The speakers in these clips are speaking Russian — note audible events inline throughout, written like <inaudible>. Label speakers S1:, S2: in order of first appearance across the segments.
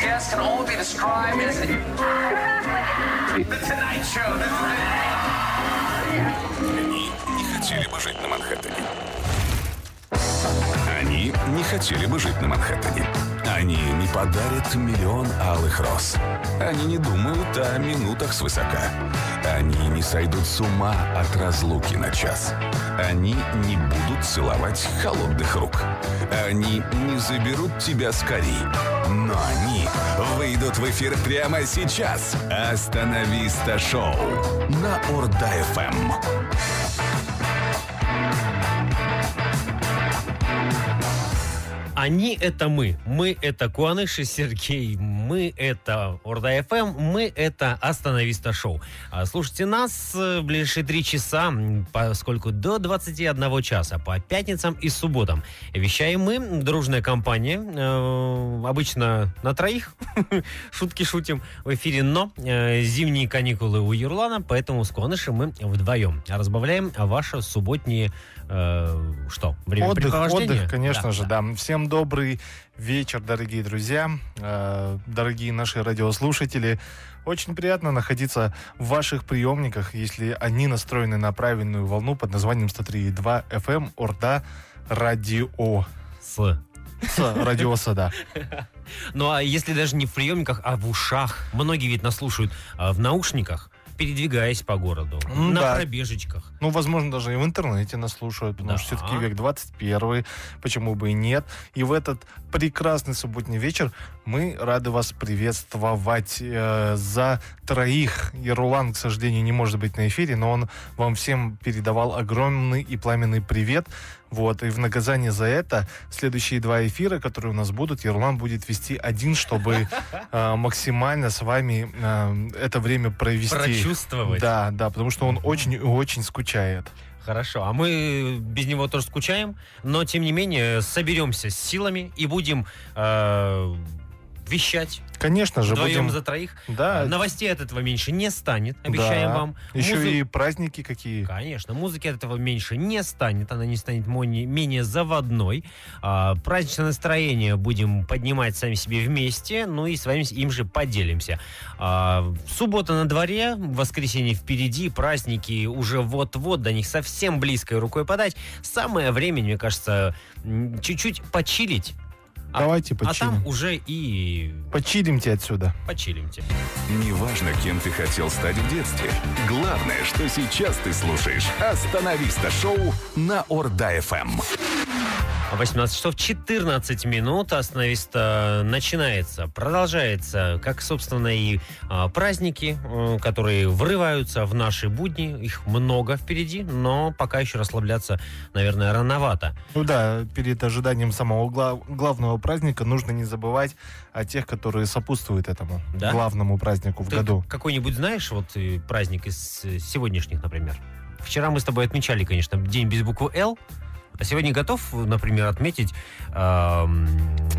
S1: cast can only be described as <laughs> the Tonight Show. That's right.
S2: Они не хотели бы жить на Манхэттене. Они не хотели бы жить на Манхэттене. Они не подарят миллион алых роз. Они не думают о минутах свысока. Они не сойдут с ума от разлуки на час. Они не будут целовать холодных рук. Они не заберут тебя скорей. Но они выйдут в эфир прямо сейчас. Остановиста шоу на Орда-ФМ.
S3: Они — это мы. Мы — это Куаныш и Сергей. Мы — это Орда ФМ. Мы — это Остановиста Шоу. А Слушайте нас э, в ближайшие три часа, м, поскольку до 21 часа по пятницам и субботам. Вещаем мы, дружная компания. э, Обычно на троих <laughs> шутки шутим в эфире, но э, зимние каникулы у Юрлана, поэтому с Куанышем мы вдвоем разбавляем ваше субботнее э, что?
S4: Отдых,
S3: времяпрепровождение?
S4: отдых, конечно
S3: Да,
S4: же,
S3: да.
S4: да. Всем добрый вечер, дорогие друзья, э, дорогие наши радиослушатели. Очень приятно находиться в ваших приемниках, если они настроены на правильную волну под названием 103.2 FM эм Орда Радио.
S3: С.
S4: С, Радиоса, да.
S3: Ну а если даже не в приемниках, а в ушах. Многие ведь нас слушают а, в наушниках, передвигаясь по городу,
S4: М,
S3: на
S4: да.
S3: пробежечках.
S4: Ну, возможно, даже и в интернете нас слушают, потому
S3: Да.
S4: что все-таки век 21, почему бы и нет. И в этот прекрасный субботний вечер мы рады вас приветствовать э, за троих. Ерулан, к сожалению, не может быть на эфире, но он вам всем передавал огромный и пламенный привет. Вот, и в наказание за это следующие два эфира, которые у нас будут, Ерлан будет вести
S3: <laughs>
S4: один, чтобы э, максимально с вами э, это время провести.
S3: Прочувствовать.
S4: Да, да, потому что он очень и очень скучает.
S3: Хорошо. А мы без него тоже скучаем, но тем не менее соберемся с силами и будем э, вещать
S4: Конечно же,
S3: вдвоем
S4: будем...
S3: за троих.
S4: Да,
S3: Новостей от этого меньше не станет, обещаем
S4: да.
S3: вам.
S4: Еще
S3: Музы-
S4: и праздники какие.
S3: Конечно, музыки от этого меньше не станет, она не станет мони- менее заводной. А, праздничное настроение будем поднимать сами себе вместе, ну и с вами с- им же поделимся. А, суббота на дворе, воскресенье впереди, праздники уже вот-вот, до них совсем близкой рукой подать. Самое время, мне кажется, м, чуть-чуть почилить, а-
S4: Давайте
S3: а там
S4: почилим.
S3: уже и
S4: Почилимте отсюда.
S3: почилимте.
S2: Неважно, кем ты хотел стать в детстве. Главное, что сейчас ты слушаешь «Остановиста» шоу на Орда-ФМ.
S3: 18 часов 14 минут. Остановиста начинается, продолжается, как, собственно, и а, праздники, э, которые врываются в наши будни. Их много впереди, но пока еще расслабляться, наверное, рановато.
S4: Ну да, перед ожиданием самого гла- главного праздника нужно не забывать о тех, которые сопутствуют этому
S3: Да?
S4: главному празднику в
S3: Ты
S4: году.
S3: какой-нибудь знаешь вот э, праздник из э, сегодняшних, например? Вчера мы с тобой отмечали, конечно, день без буквы «Л», а сегодня готов, например, отметить, а, м,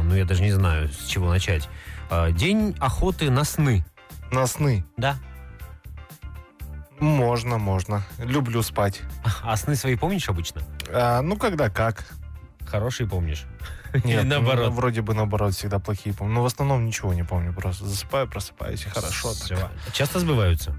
S3: ну, я даже не знаю, с чего начать, а, день охоты на сны.
S4: На сны.
S3: Да,
S4: Можно, можно. Люблю спать.
S3: А сны свои помнишь обычно?
S4: А, ну,
S3: <laughs>
S4: когда как.
S3: Хорошие помнишь. Или
S4: Нет, ну,
S3: наоборот.
S4: вроде бы наоборот, всегда плохие помню. Но в основном ничего не помню. Просто засыпаю, просыпаюсь и хорошо. так.
S3: Всё. Часто сбываются.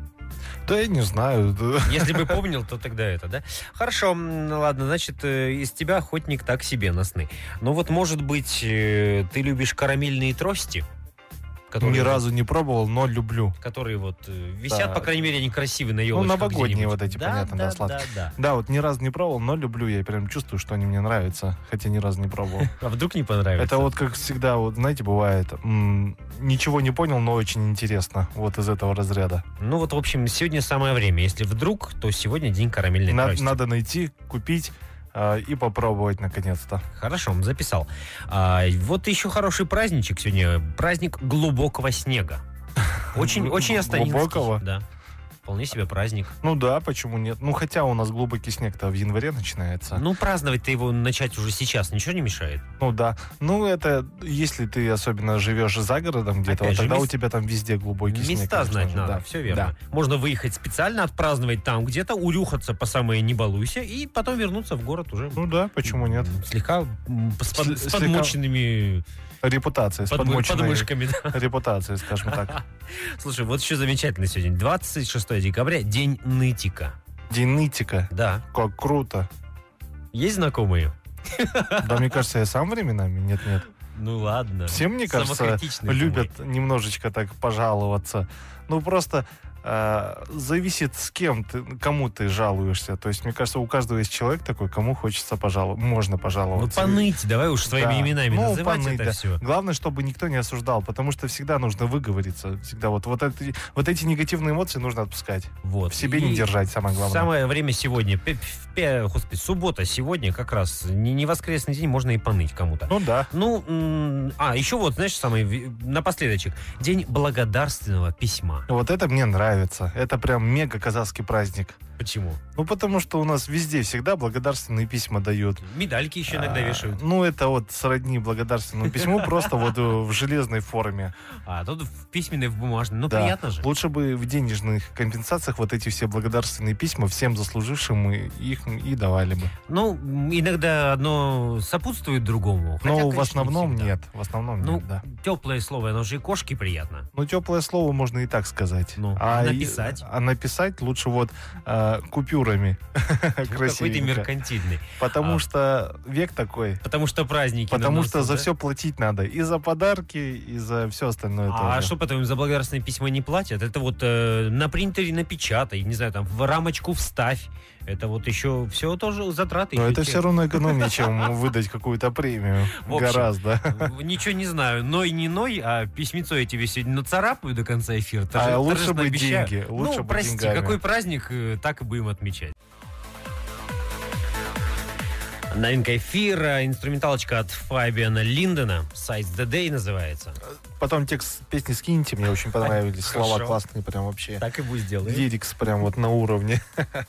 S4: Да я не знаю.
S3: Если бы помнил, то тогда это, да? Хорошо, м, ну ладно, значит, э, из тебя охотник так себе на сны. Ну вот, может быть, э, ты любишь карамельные трости?
S4: Ни разу не пробовал, но люблю.
S3: Которые вот э, висят,
S4: Да.
S3: по крайней мере, они красивые на елочке.
S4: новогодние вот эти, понятно, да,
S3: да, да,
S4: сладкие.
S3: да.
S4: Да, вот ни разу не пробовал, но люблю. Я прям чувствую, что они мне нравятся, хотя ни разу
S3: <laughs>
S4: не пробовал.
S3: А вдруг не понравится?
S4: Это вот как всегда, вот знаете, бывает, м, ничего не понял, но очень интересно, вот из этого разряда.
S3: Ну вот, в общем, сегодня самое время. Если вдруг, то сегодня день карамельной
S4: На-
S3: трости.
S4: надо найти, купить э, и попробовать наконец-то.
S3: Хорошо, записал. А, вот еще хороший праздничек сегодня. Праздник глубокого снега. Очень,
S4: Гл-
S3: очень останинский.
S4: глубокого?
S3: Да. Вполне себе праздник.
S4: Ну да, почему нет? Ну хотя у нас глубокий снег-то в январе начинается.
S3: Ну, праздновать-то его начать уже сейчас ничего не мешает.
S4: Ну да. Ну это, если ты особенно живешь за городом где-то,
S3: Опять
S4: вот
S3: же,
S4: тогда
S3: мес-
S4: у тебя там везде глубокий снег.
S3: Места
S4: конечно
S3: знать
S4: же,
S3: надо,
S4: да.
S3: все верно. Можно выехать специально, отпраздновать там где-то, урюхаться по самое не балуйся, и потом вернуться в город уже.
S4: Да. Ну да, почему Ну, нет?
S3: Слегка м, с, под-
S4: Сле-
S3: с подмоченными
S4: репутация с
S3: Под,
S4: подмоченной
S3: под мышками. да.
S4: репутацией, скажем так.
S3: Слушай, вот еще замечательно сегодня. 26 декабря, день нытика.
S4: Генетика.
S3: Да.
S4: Как круто.
S3: Есть знакомые?
S4: Да, мне кажется, я сам временами. Нет, нет.
S3: Ну ладно.
S4: Все, мне кажется,
S3: Самокритичный ты
S4: любят
S3: мой.
S4: немножечко так пожаловаться. Ну, просто э, зависит, с кем ты, кому ты жалуешься. То есть, мне кажется, у каждого есть человек такой, кому хочется пожаловаться. Можно
S3: Ну
S4: пожаловаться.
S3: поныть, давай уж своими
S4: Да.
S3: именами
S4: Ну,
S3: называть
S4: поныть,
S3: это
S4: да.
S3: все.
S4: Главное, чтобы никто не осуждал, потому что всегда нужно выговориться. Всегда вот, вот, эти, вот эти негативные эмоции нужно отпускать.
S3: Вот.
S4: В себе не
S3: И
S4: держать, самое главное.
S3: Самое время сегодня, Пе- пе- господи, суббота сегодня как раз, не, не воскресный день, можно и поныть кому-то.
S4: Ну да.
S3: Ну, м, а, еще вот, знаешь, самый ви- напоследочек. День благодарственного письма.
S4: Вот это мне нравится. Это прям мега казахский праздник.
S3: Почему?
S4: Ну, потому что у нас везде всегда благодарственные письма дают.
S3: Медальки еще иногда
S4: А,
S3: вешают.
S4: Ну, это вот сродни благодарственному письму, просто вот э, в железной форме.
S3: А тут в письменной, в бумажной. Ну,
S4: Да.
S3: приятно же.
S4: Лучше бы в денежных компенсациях вот эти все благодарственные письма всем заслужившим мы их и давали бы.
S3: Ну, м, иногда одно сопутствует другому. хотя,
S4: Но Ну, в
S3: конечно, не
S4: основном
S3: всегда.
S4: нет. В основном
S3: Ну,
S4: нет, да.
S3: теплое слово, оно же и кошке приятно.
S4: Ну, теплое слово можно и так сказать.
S3: Ну,
S4: а и-
S3: написать?
S4: а написать лучше вот э, купюрами. <laughs>
S3: Ну, Какой ты
S4: Красивенько.
S3: меркантильный.
S4: Потому
S3: А.
S4: что век такой.
S3: Потому что праздники. на
S4: Потому
S3: носу,
S4: что за
S3: да?
S4: все платить надо. И за подарки, и за все остальное.
S3: А
S4: тоже.
S3: что потом им за благодарственные письма не платят? Это вот э, на принтере напечатай, не знаю, там в рамочку вставь. Это вот еще все тоже затраты.
S4: Но
S3: еще
S4: это
S3: те. <laughs>
S4: все равно экономнее, чем выдать какую-то премию.
S3: В общем.
S4: Гораздо.
S3: В- Ничего не знаю, ной не ной, а письмецо я тебе сегодня нацарапаю до конца эфира. Торже-
S4: А лучше
S3: торжественно
S4: бы
S3: обещаю.
S4: деньги, лучше
S3: Ну,
S4: бы
S3: прости,
S4: деньгами.
S3: какой праздник, э, так и будем отмечать. Новинка эфира, инструменталочка от Фабиана Линдена, сайт The Day называется.
S4: Потом текст песни скиньте, мне очень понравились. Слова
S3: Хорошо.
S4: классные прям вообще.
S3: Так и будет сделаем.
S4: Лирикс прям вот на уровне. <laughs>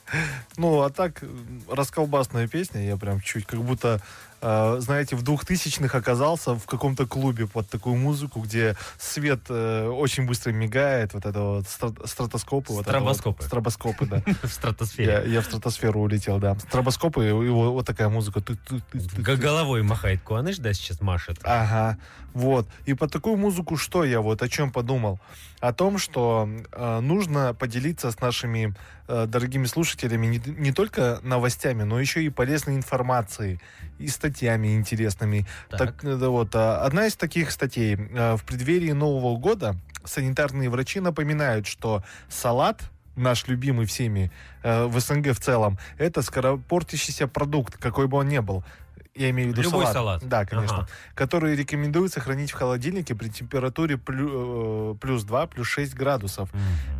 S4: Ну, а так, м, расколбасная песня, я прям чуть как будто, э, знаете, в двухтысячных оказался в каком-то клубе под такую музыку, где свет э, очень быстро мигает, вот это вот стра- стратоскопы. вот это вот.
S3: Стробоскопы.
S4: Стробоскопы, да.
S3: В
S4: Я,
S3: стратосфере.
S4: я в стратосферу улетел, да. Стробоскопы, и вот вот такая музыка. Ты-ты-ты-ты-ты.
S3: Г- Головой махает Куаныш, да, сейчас машет.
S4: А, Ага, вот. И под такую музыку что я вот о чем подумал? О том, что э, нужно поделиться с нашими э, дорогими слушателями не, не только новостями, но еще и полезной информацией и статьями интересными.
S3: Так.
S4: Так, э, да вот а, одна из таких статей э, в преддверии Нового года санитарные врачи напоминают, что салат наш любимый всеми э, в СНГ в целом, это скоропортящийся продукт, какой бы он ни был. Я имею в виду
S3: Любой салат.
S4: Да, конечно
S3: Ага.
S4: которые рекомендуется хранить в холодильнике при температуре плю- э, плюс 2, плюс 6 градусов.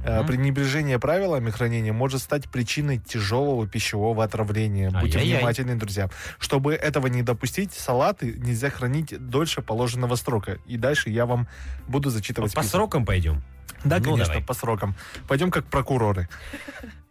S4: Э,
S3: Мгм.
S4: Пренебрежение правилами хранения может стать причиной тяжелого пищевого отравления. Будьте
S3: Ай-яй-яй.
S4: внимательны, друзья. Чтобы этого не допустить, салаты нельзя хранить дольше положенного срока. И дальше я вам буду зачитывать.
S3: По
S4: список.
S3: срокам пойдем.
S4: Да,
S3: Ну,
S4: конечно,
S3: давай.
S4: по срокам. Пойдем как прокуроры.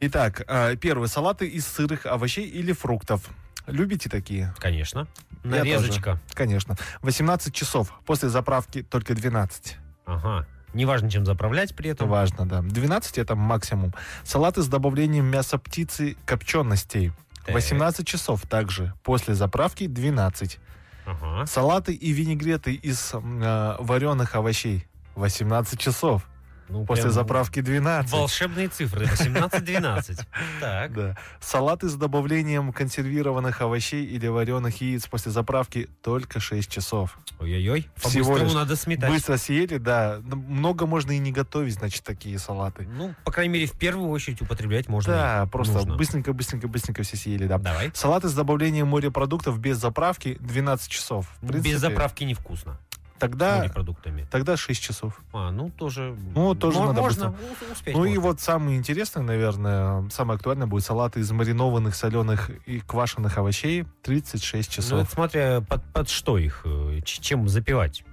S4: Итак, э, первый. Салаты из сырых овощей или фруктов. Любите такие?
S3: Конечно.
S4: Я
S3: Нарезочка.
S4: Конечно. 18 часов. После заправки только 12.
S3: Ага. Неважно, чем заправлять при
S4: Это
S3: этом.
S4: важно, да. 12 это максимум. Салаты с добавлением мяса птицы копченостей.
S3: Так.
S4: 18 часов также. После заправки 12.
S3: Ага.
S4: Салаты и винегреты из э, вареных овощей. 18 часов.
S3: Ну,
S4: После
S3: прям
S4: заправки 12.
S3: Волшебные цифры. 18-12. Так.
S4: <laughs> Да. Салаты с добавлением консервированных овощей или вареных яиц после заправки только 6 часов.
S3: Ой-ой-ой.
S4: Всего
S3: По-быстрому
S4: лишь.
S3: надо сметать.
S4: Быстро съели, да. Ну, Много можно и не готовить, значит, такие салаты.
S3: Ну, по крайней мере, в первую очередь употреблять можно.
S4: Да, просто
S3: нужно.
S4: быстренько-быстренько-быстренько все съели, да.
S3: Давай.
S4: Салаты с добавлением морепродуктов без заправки 12 часов. В принципе,
S3: Без заправки невкусно. С
S4: Тогда,
S3: морепродуктами.
S4: тогда 6 часов.
S3: А, ну тоже.
S4: Ну, тоже
S3: Мо-
S4: надо
S3: можно у- успеть.
S4: ну и
S3: можно.
S4: вот самое интересное, наверное, самое актуальное будет салаты из маринованных, соленых и квашеных овощей 36
S3: Ну, это
S4: часов.
S3: смотря под, под что их, э, ч- чем запивать.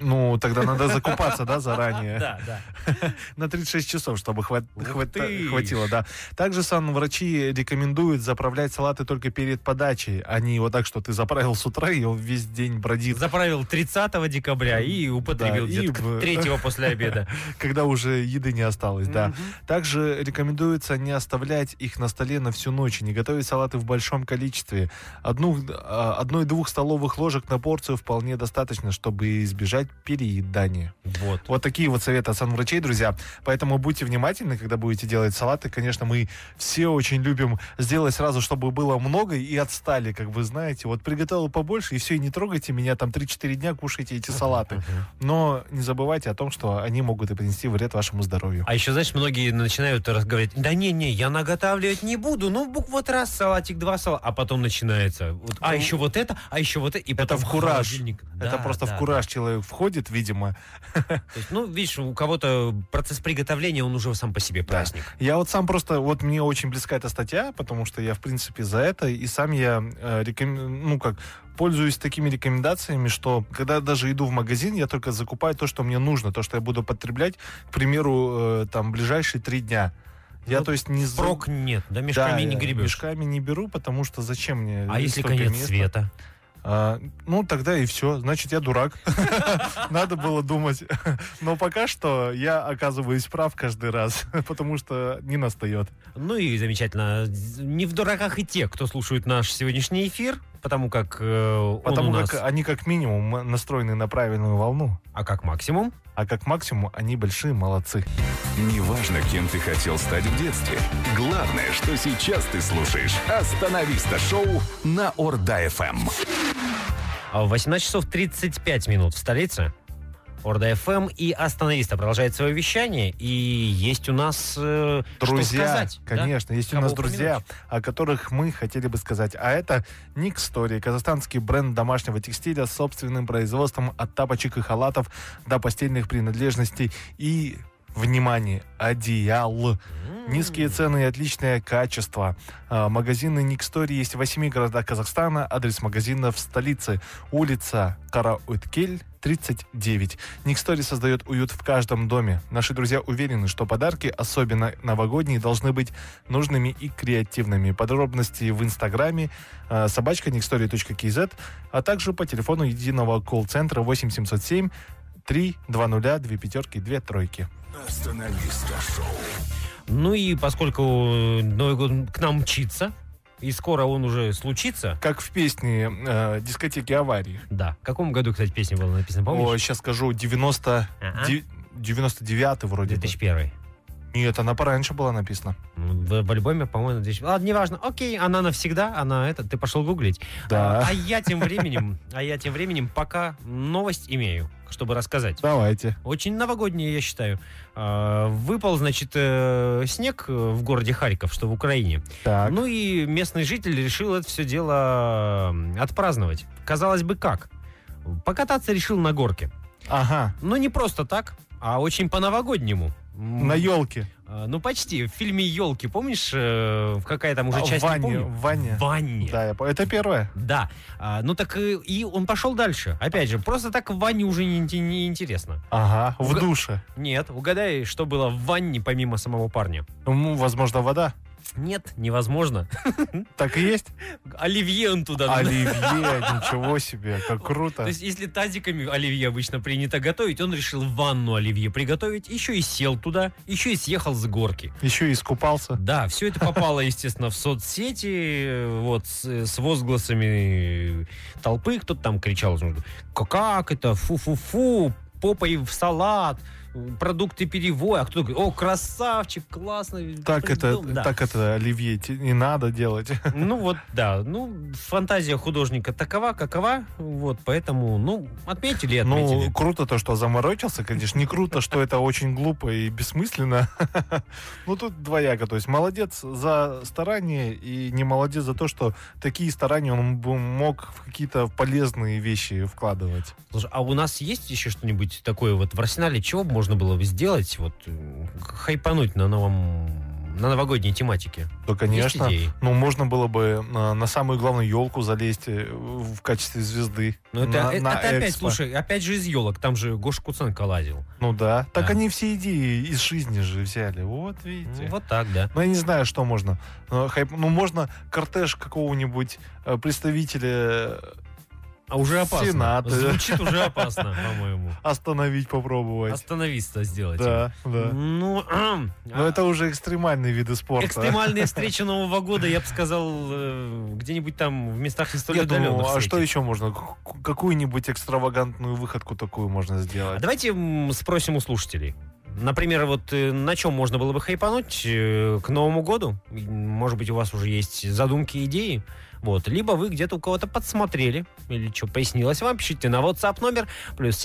S4: Ну, Ну, тогда надо закупаться, <laughs> да,
S3: <laughs>
S4: заранее.
S3: Да, да.
S4: на 36 часов, чтобы хват-
S3: Ух
S4: хват-
S3: ты ж.
S4: хватило, да. Также санврачи рекомендуют заправлять салаты только перед подачей, а не вот так, что ты заправил с утра, и он весь день бродит,
S3: Заправил 30 декабря и употребил
S4: Да, и
S3: где-то
S4: в-
S3: к 3 после
S4: <laughs>
S3: обеда.
S4: когда уже еды не осталось, да.
S3: Мгм.
S4: Также рекомендуется не оставлять их на столе на всю ночь, и не готовить салаты в большом количестве. Одну, а, одной-двух столовых ложек на порцию вполне достаточно, чтобы избежать переедания.
S3: Вот.
S4: Вот такие вот советы от санврачей, друзья. Поэтому будьте внимательны, когда будете делать салаты. Конечно, мы все очень любим сделать сразу, чтобы было много и отстали, как вы знаете. Вот приготовил побольше, и все, и не трогайте меня, там 3-4 дня кушайте эти салаты. Но не забывайте о том, что они могут и принести вред вашему здоровью.
S3: А еще, знаешь, многие начинают раз говорить, да не-не, я наготавливать не буду, ну, буква вот раз салатик, два салата, а потом начинается, вот, а еще вот это, а еще вот это, и
S4: Ну. Это
S3: потом
S4: в кураж.
S3: холодильник.
S4: Это
S3: Да,
S4: просто
S3: да,
S4: в кураж человек входит, видимо.
S3: да. То есть, ну, видишь, у кого-то процесс приготовления, он уже сам по себе праздник.
S4: Я вот сам просто, вот мне очень близка эта статья, потому что я, в принципе, за это, и сам я, э, рекомен- ну, как, пользуюсь такими рекомендациями, что когда даже иду в магазин, я только закупаю то, что мне нужно, то, что я буду потреблять, к примеру, э, там, ближайшие три дня. Я,
S3: Ну,
S4: то есть, не... за-
S3: Прок нет, да,
S4: Да,
S3: мешками не
S4: я
S3: гребешь.
S4: Мешками не беру, потому что зачем мне?
S3: А если
S4: столько
S3: конец
S4: места?
S3: света?
S4: А, ну, тогда и все. Значит, я дурак. <laughs> Надо было думать. Но пока что я оказываюсь прав каждый раз, <laughs> потому что не настает.
S3: Ну и замечательно. Не в дураках и те, кто слушает наш сегодняшний эфир, потому как э, он
S4: Потому
S3: у нас,
S4: как а они как минимум настроены на правильную волну,
S3: а как максимум.
S4: а как максимум они большие молодцы.
S2: Неважно, кем ты хотел стать в детстве. Главное, что сейчас ты слушаешь «Остановиста» шоу на Орда-ФМ.
S3: А в 18 часов 35 минут в столице. Орда ФМ и Остановиста продолжает свое вещание. И есть у нас э, что
S4: Друзья,
S3: сказать. да?
S4: конечно, есть у
S3: Кого
S4: нас друзья, о которых мы хотели бы сказать. А это Ник Стори, казахстанский бренд домашнего текстиля с собственным производством от тапочек и халатов до постельных принадлежностей и внимание, одеял.
S3: М.
S4: Низкие цены и отличное качество. А, Магазины Никстори есть в восьми городах Казахстана. Адрес магазина в столице. Улица Карауткель, 39. Никстори создает уют в каждом доме. Наши друзья уверены, что подарки, особенно новогодние, должны быть нужными и креативными. Подробности в инстаграме э, собачка никстори.кз, а также по телефону единого колл-центра 8707 3 2 0 2 пятерки 2 тройки.
S2: «Остановиста» шоу.
S3: Ну и поскольку Новый год к нам мчится, и скоро он уже случится.
S4: Как в песне э, дискотеки аварии.
S3: Да. В каком году, кстати, песня была написана,
S4: О,
S3: помнишь?
S4: сейчас скажу, 90...
S3: Ага.
S4: ди- 99 вроде бы.
S3: 2001.
S4: Нет, она пораньше была написана.
S3: В, в альбоме, по-моему, 2000. Ладно, неважно. Окей, она навсегда, она это. Ты пошел гуглить.
S4: Да.
S3: А, а я тем временем, а я тем временем пока новость имею, чтобы рассказать.
S4: Давайте.
S3: Очень новогодняя, я считаю. А, Выпал, значит, э, снег э, в городе Харьков, что в Украине.
S4: Так.
S3: Ну и местный житель решил это все дело м, отпраздновать. Казалось бы, как? Покататься решил на горке.
S4: Ага.
S3: Но не просто так, а очень по-новогоднему. М,
S4: На елке.
S3: а, Ну, почти. В фильме «Елки», помнишь, э, в какая
S4: А,
S3: там уже часть, не
S4: Ваня.
S3: помню?
S4: Ваня.
S3: Ванне.
S4: Да, я по- это первое.
S3: Да. А, ну так и, и он пошел дальше. Опять же, просто так в ванне уже не, инте- не интересно.
S4: Ага. В
S3: Уга-
S4: душе.
S3: Нет, угадай, что было в ванне помимо самого парня.
S4: Ну, возможно, вода.
S3: Нет, невозможно.
S4: Так и есть.
S3: Оливье он туда.
S4: Оливье, ничего себе, как
S3: То
S4: круто.
S3: есть, если тазиками оливье обычно принято готовить, он решил в ванну оливье приготовить, еще и сел туда, еще и съехал с горки.
S4: Еще и искупался.
S3: Да, все это попало, естественно, в соцсети, э, вот, с, э, с возгласами толпы. Кто-то там кричал, что «Ка- как это, фу-фу-фу, попой в салат, э, продукты перевоя. А кто говорит, о, красавчик, классно.
S4: Так это,
S3: придумал». Ну, Да.
S4: так это, Оливье, те- не надо делать.
S3: Ну вот, да, ну, фантазия художника такова, какова, вот, поэтому, ну, отметили, и отметили.
S4: Ну, круто то, что заморочился, конечно. Не круто, что это очень глупо и бессмысленно. <laughs> Ну, тут двояко. То есть молодец за старание и не молодец за то, что такие старания он бы мог в какие-то полезные вещи вкладывать.
S3: Слушай, а у нас есть еще что-нибудь такое вот в арсенале, чего бы можно было бы сделать, вот м, хайпануть на э, новом на новогодней тематике?
S4: Да, конечно.
S3: идеи?
S4: Ну, можно было бы э, на самую главную елку залезть э, в качестве звезды.
S3: Ну, это,
S4: на-
S3: э-
S4: на
S3: это опять,
S4: экспо.
S3: слушай, опять же из елок. Там же Гоша Куценко лазил.
S4: Ну да. Так
S3: Да.
S4: они все идеи из жизни же взяли. Вот видите.
S3: Ну, Вот так, да.
S4: Ну, я не знаю, что можно. Э, хайп- Ну, можно кортеж какого-нибудь э, представителя э,
S3: А уже опасно.
S4: Сената. <laughs>
S3: Звучит уже опасно, по-моему.
S4: остановить попробовать.
S3: Остановиться сделать.
S4: Да, да.
S3: Ну, <clears throat>
S4: Но это уже экстремальные виды спорта. <laughs>
S3: экстремальные встречи Нового года, я бы сказал, э, где-нибудь там в местах не столь
S4: Я думаю,
S3: отдаленных
S4: а что
S3: встретить.
S4: еще можно? К- Какую-нибудь экстравагантную выходку такую можно
S3: А
S4: сделать?
S3: Давайте м, спросим у слушателей. Например, вот э, на чем можно было бы хайпануть э, к Новому году? М, Может быть, у вас уже есть задумки, идеи? Вот. Либо вы где-то у кого-то подсмотрели, или что пояснилось вам, пишите на WhatsApp номер плюс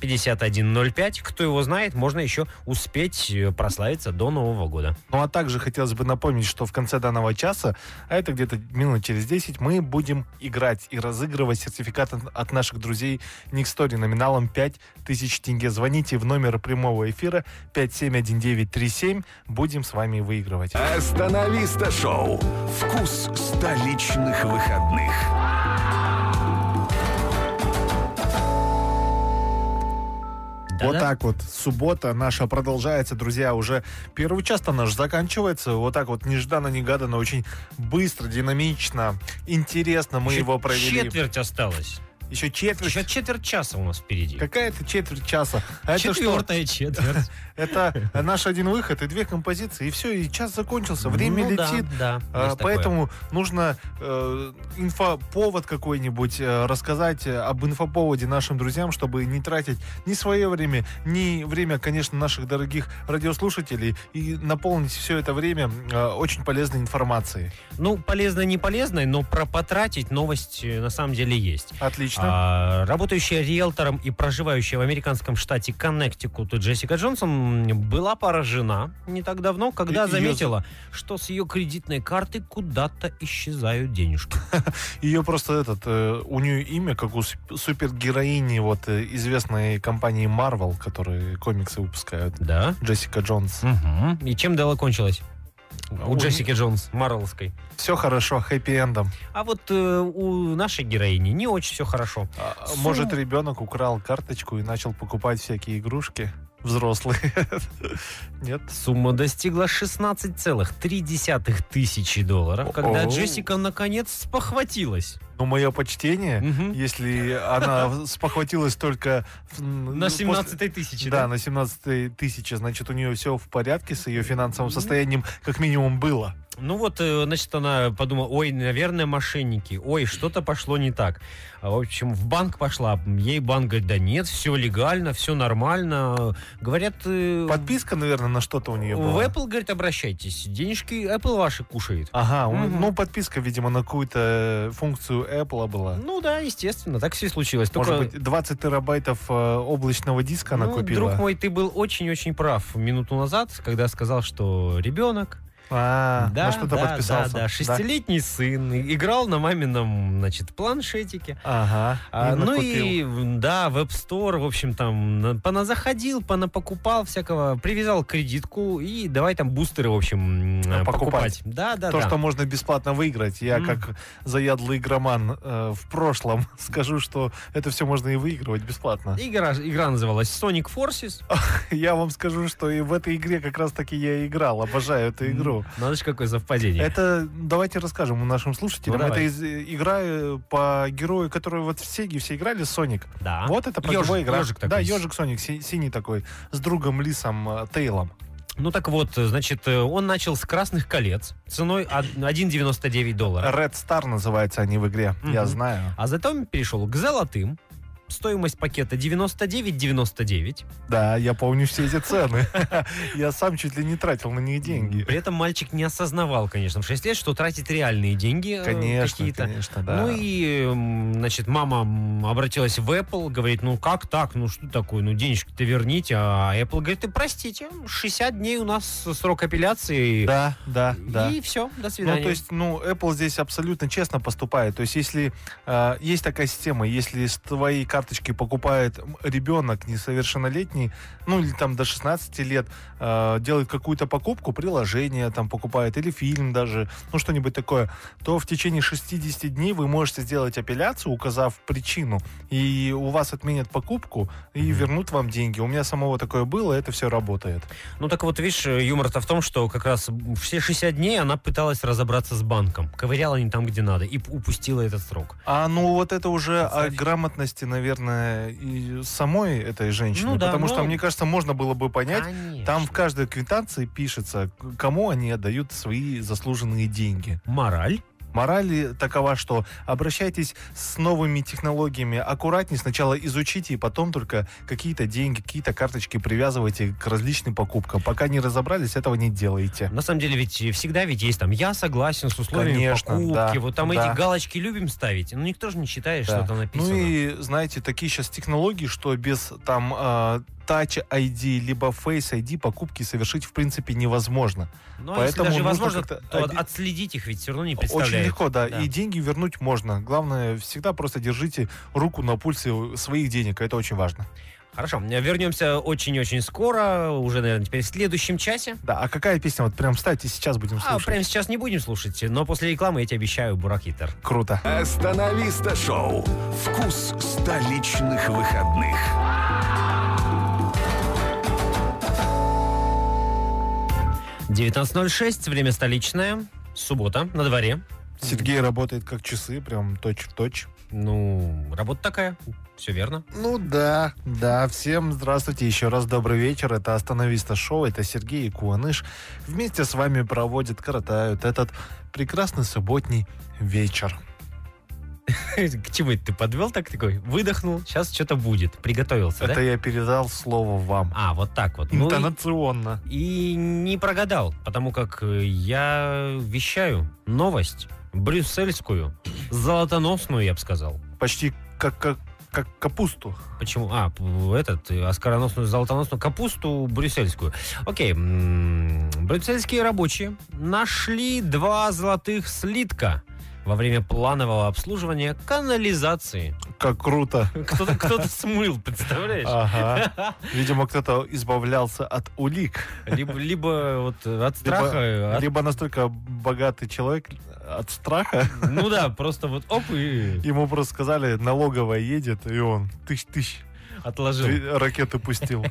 S3: 7778-705-5105. Кто его знает, можно еще успеть э, прославиться до Нового года.
S4: Ну а также хотелось бы напомнить, что в конце данного часа, а это где-то минут через 10, мы будем играть и разыгрывать сертификат от- от наших друзей Никстори номиналом 5000 тенге. Звоните в номер прямого эфира 571937. Будем с вами выигрывать.
S2: Остановиста шоу. Вкус столичных выходных.
S4: Вот
S3: Да-да.
S4: так вот. Суббота наша продолжается, друзья. Уже первый час-то наш заканчивается. Вот так вот нежданно-негаданно, очень быстро, динамично, интересно мы
S3: Еще
S4: его провели.
S3: Четверть осталось.
S4: Еще четверть.
S3: Еще а четверть часа у нас впереди.
S4: Какая-то четверть часа. А это что?
S3: Четвертая четверть.
S4: <laughs> Это наш один выход и две композиции. И все, и час закончился. Время
S3: Ну да,
S4: летит.
S3: Да,
S4: А,
S3: есть такое.
S4: Поэтому нужно э, инфоповод какой-нибудь э, рассказать э, об инфоповоде нашим друзьям, чтобы не тратить ни свое время, ни время, конечно, наших дорогих радиослушателей и наполнить все это время э, очень полезной информацией.
S3: Ну, полезно, не полезно, но про потратить новость э, на самом деле есть.
S4: Отлично.
S3: А, работающая риэлтором и проживающая в американском штате Коннектикут Джессика Джонсон м, была поражена не так давно, когда
S4: И- её-
S3: заметила, что с ее кредитной карты куда-то исчезают денежки.
S4: Ее просто этот, э, у нее имя, как у суп- супергероини вот э, известной компании Marvel, которые комиксы выпускают.
S3: Да?
S4: Джессика Джонс.
S3: Мгм. И чем дело кончилось? У
S4: Ой.
S3: Джессики Джонс, Марловской.
S4: Все хорошо, хэппи-эндом.
S3: А вот э, у нашей героини не очень все хорошо.
S4: А,
S3: Сум-
S4: Может, ребенок украл карточку и начал покупать всякие игрушки взрослые? <laughs> Нет?
S3: Сумма достигла 16,3 тысячи долларов, когда
S4: О.
S3: Джессика наконец спохватилась.
S4: Ну, мое почтение,
S3: Мгм.
S4: если она спохватилась только... в- ну,
S3: На
S4: после-
S3: 17 тысячи,
S4: Да,
S3: да?
S4: на 17 тысячи, значит, у нее все в порядке с ее финансовым состоянием, как минимум, было.
S3: Ну вот, э, значит, она подумала, ой, наверное, мошенники, ой, что-то пошло не так. А, В общем, в банк пошла, ей банк говорит, да нет, все легально, все нормально. Говорят, э,
S4: Подписка, наверное, на что-то у нее
S3: в
S4: была.
S3: Apple, говорит, обращайтесь, денежки Apple ваши кушает.
S4: Ага, у-
S3: Мгм.
S4: ну, подписка, видимо, на какую-то э, функцию Apple была.
S3: Ну да, естественно, так все и случилось. Только-
S4: Может быть, 20 терабайтов э, облачного диска она
S3: Ну,
S4: купила.
S3: друг мой, ты был очень-очень прав минуту назад, когда сказал, что ребенок
S4: А,
S3: да,
S4: на что-то
S3: да,
S4: подписался.
S3: Да, да, шестилетний сын и- играл на мамином, значит, планшетике.
S4: Ага.
S3: А,
S4: и
S3: ну
S4: накупил.
S3: и, м, да, в App Store, в общем, там, на- поназаходил, понапокупал всякого, привязал кредитку и давай там бустеры, в общем, м,
S4: А,
S3: э,
S4: покупать.
S3: покупать. Да, да,
S4: то,
S3: да.
S4: что можно бесплатно выиграть. Я
S3: М.
S4: как заядлый игроман э, в прошлом <laughs> скажу, что это все можно и выигрывать бесплатно.
S3: Игра, игра называлась Sonic Forces.
S4: <laughs> Я вам скажу, что и в этой игре как раз-таки я и играл. Обожаю эту игру.
S3: Надо же, какое совпадение.
S4: Это, давайте расскажем нашим слушателям.
S3: Ну,
S4: это
S3: давай.
S4: из- игра э, по герою, которую вот все, все играли, Соник.
S3: Да.
S4: Вот это про
S3: А? Ёжик-
S4: него игра.
S3: ёжик такой.
S4: да, ежик Соник, си- синий такой, с другом Лисом э, Тейлом.
S3: Ну так вот, э, значит, э, он начал с красных колец ценой од- 1,99 доллара.
S4: Red Star называются они в игре, я
S3: Мгм.
S4: знаю.
S3: А затем перешел к золотым. Стоимость пакета 99,99.
S4: Да, я помню все эти цены. <laughs> Я сам чуть ли не тратил на них деньги.
S3: При этом мальчик не осознавал, конечно, в 6 лет, что тратит реальные деньги э,
S4: Конечно,
S3: какие-то.
S4: конечно, да.
S3: Ну и, эм, значит, мама м, обратилась в Apple, говорит, ну как так, ну что такое, ну денежки-то верните. А Apple говорит, и простите, 60 дней у нас срок апелляции.
S4: Да, да, да.
S3: И все, до
S4: Ну,
S3: свидания.
S4: то есть, ну, Apple здесь абсолютно честно поступает. То есть, если э, есть такая система, если с твоей карточки покупает м, ребенок несовершеннолетний, ну или там до 16 лет, э, делает какую-то покупку, приложение там покупает или фильм даже, ну что-нибудь такое, то в течение 60 дней вы можете сделать апелляцию, указав причину, и у вас отменят покупку и
S3: Мгм.
S4: вернут вам деньги. У меня самого такое было, это все работает.
S3: Ну так вот, видишь, юмор-то в том, что как раз все 60 дней она пыталась разобраться с банком. Ковыряла не там, где надо, и п- упустила этот срок.
S4: А ну вот это уже о
S3: Представь.
S4: грамотности, наверное, и самой этой женщины.
S3: Ну да,
S4: потому
S3: но-
S4: что, мне кажется, можно было бы понять,
S3: Конечно.
S4: там в каждой квитанции пишется, к- кому они отдают свои заслуженные деньги.
S3: Мораль.
S4: Мораль такова, что обращайтесь с новыми технологиями аккуратнее, сначала изучите, и потом только какие-то деньги, какие-то карточки привязывайте к различным покупкам. Пока не разобрались, этого не делайте.
S3: На самом деле ведь всегда ведь есть там «я согласен с условиями
S4: Конечно,
S3: покупки».
S4: да,
S3: вот там
S4: да.
S3: эти галочки любим ставить. Ну никто же не читает,
S4: Да.
S3: что там написано.
S4: Ну и, знаете, такие сейчас технологии, что без там э, Touch ID либо Face ID покупки совершить в принципе невозможно.
S3: Ну, а если
S4: поэтому
S3: даже
S4: нужно
S3: возможно,
S4: как-то
S3: то
S4: оби-
S3: отследить их ведь все равно не
S4: Очень
S3: представляет.
S4: легко, да.
S3: Да.
S4: И деньги вернуть можно. Главное, всегда просто держите руку на пульсе своих денег. Это очень важно.
S3: Хорошо, вернемся очень-очень скоро, уже, наверное, теперь в следующем часе.
S4: Да, а какая песня? Вот прям вставьте, сейчас будем
S3: А,
S4: слушать.
S3: прямо сейчас не будем слушать, но после рекламы я тебе обещаю Буракитер.
S4: Круто.
S2: Остановиста шоу. Вкус столичных выходных.
S3: Хитер. 19.06, время столичное, суббота, на дворе.
S4: Сергей работает как часы, прям точь в точь.
S3: Ну, работа такая, все верно. <laughs>
S4: Ну да, да. Всем здравствуйте. Еще раз добрый вечер. Это «Остановиста шоу». Это Сергей и Куаныш. Вместе с вами проводят, коротают этот прекрасный субботний вечер.
S3: К чему это ты подвел так такой? Выдохнул, сейчас что-то будет, приготовился,
S4: Это
S3: да?
S4: я передал слово вам.
S3: А, вот так вот. Ну и-
S4: Интонационно.
S3: И не прогадал, потому как э, я вещаю новость брюссельскую, золотоносную, я бы сказал.
S4: Почти как, как, как капусту.
S3: Почему? А, п- этот, э, оскароносную, золотоносную капусту брюссельскую. Окей, м, брюссельские рабочие нашли два золотых слитка во время планового обслуживания канализации.
S4: Как круто.
S3: Кто-то
S4: <laughs>
S3: кто смыл, представляешь?
S4: А. Ага.
S3: <laughs>
S4: Видимо, кто-то избавлялся от улик.
S3: Либо, либо вот от
S4: Либо-
S3: страха, э, от-
S4: Либо настолько богатый человек от страха.
S3: ну да, просто вот оп
S4: <laughs>
S3: и
S4: Ему просто сказали, налоговая едет, и он тысяч-тысяч
S3: отложил.
S4: ракеты пустил.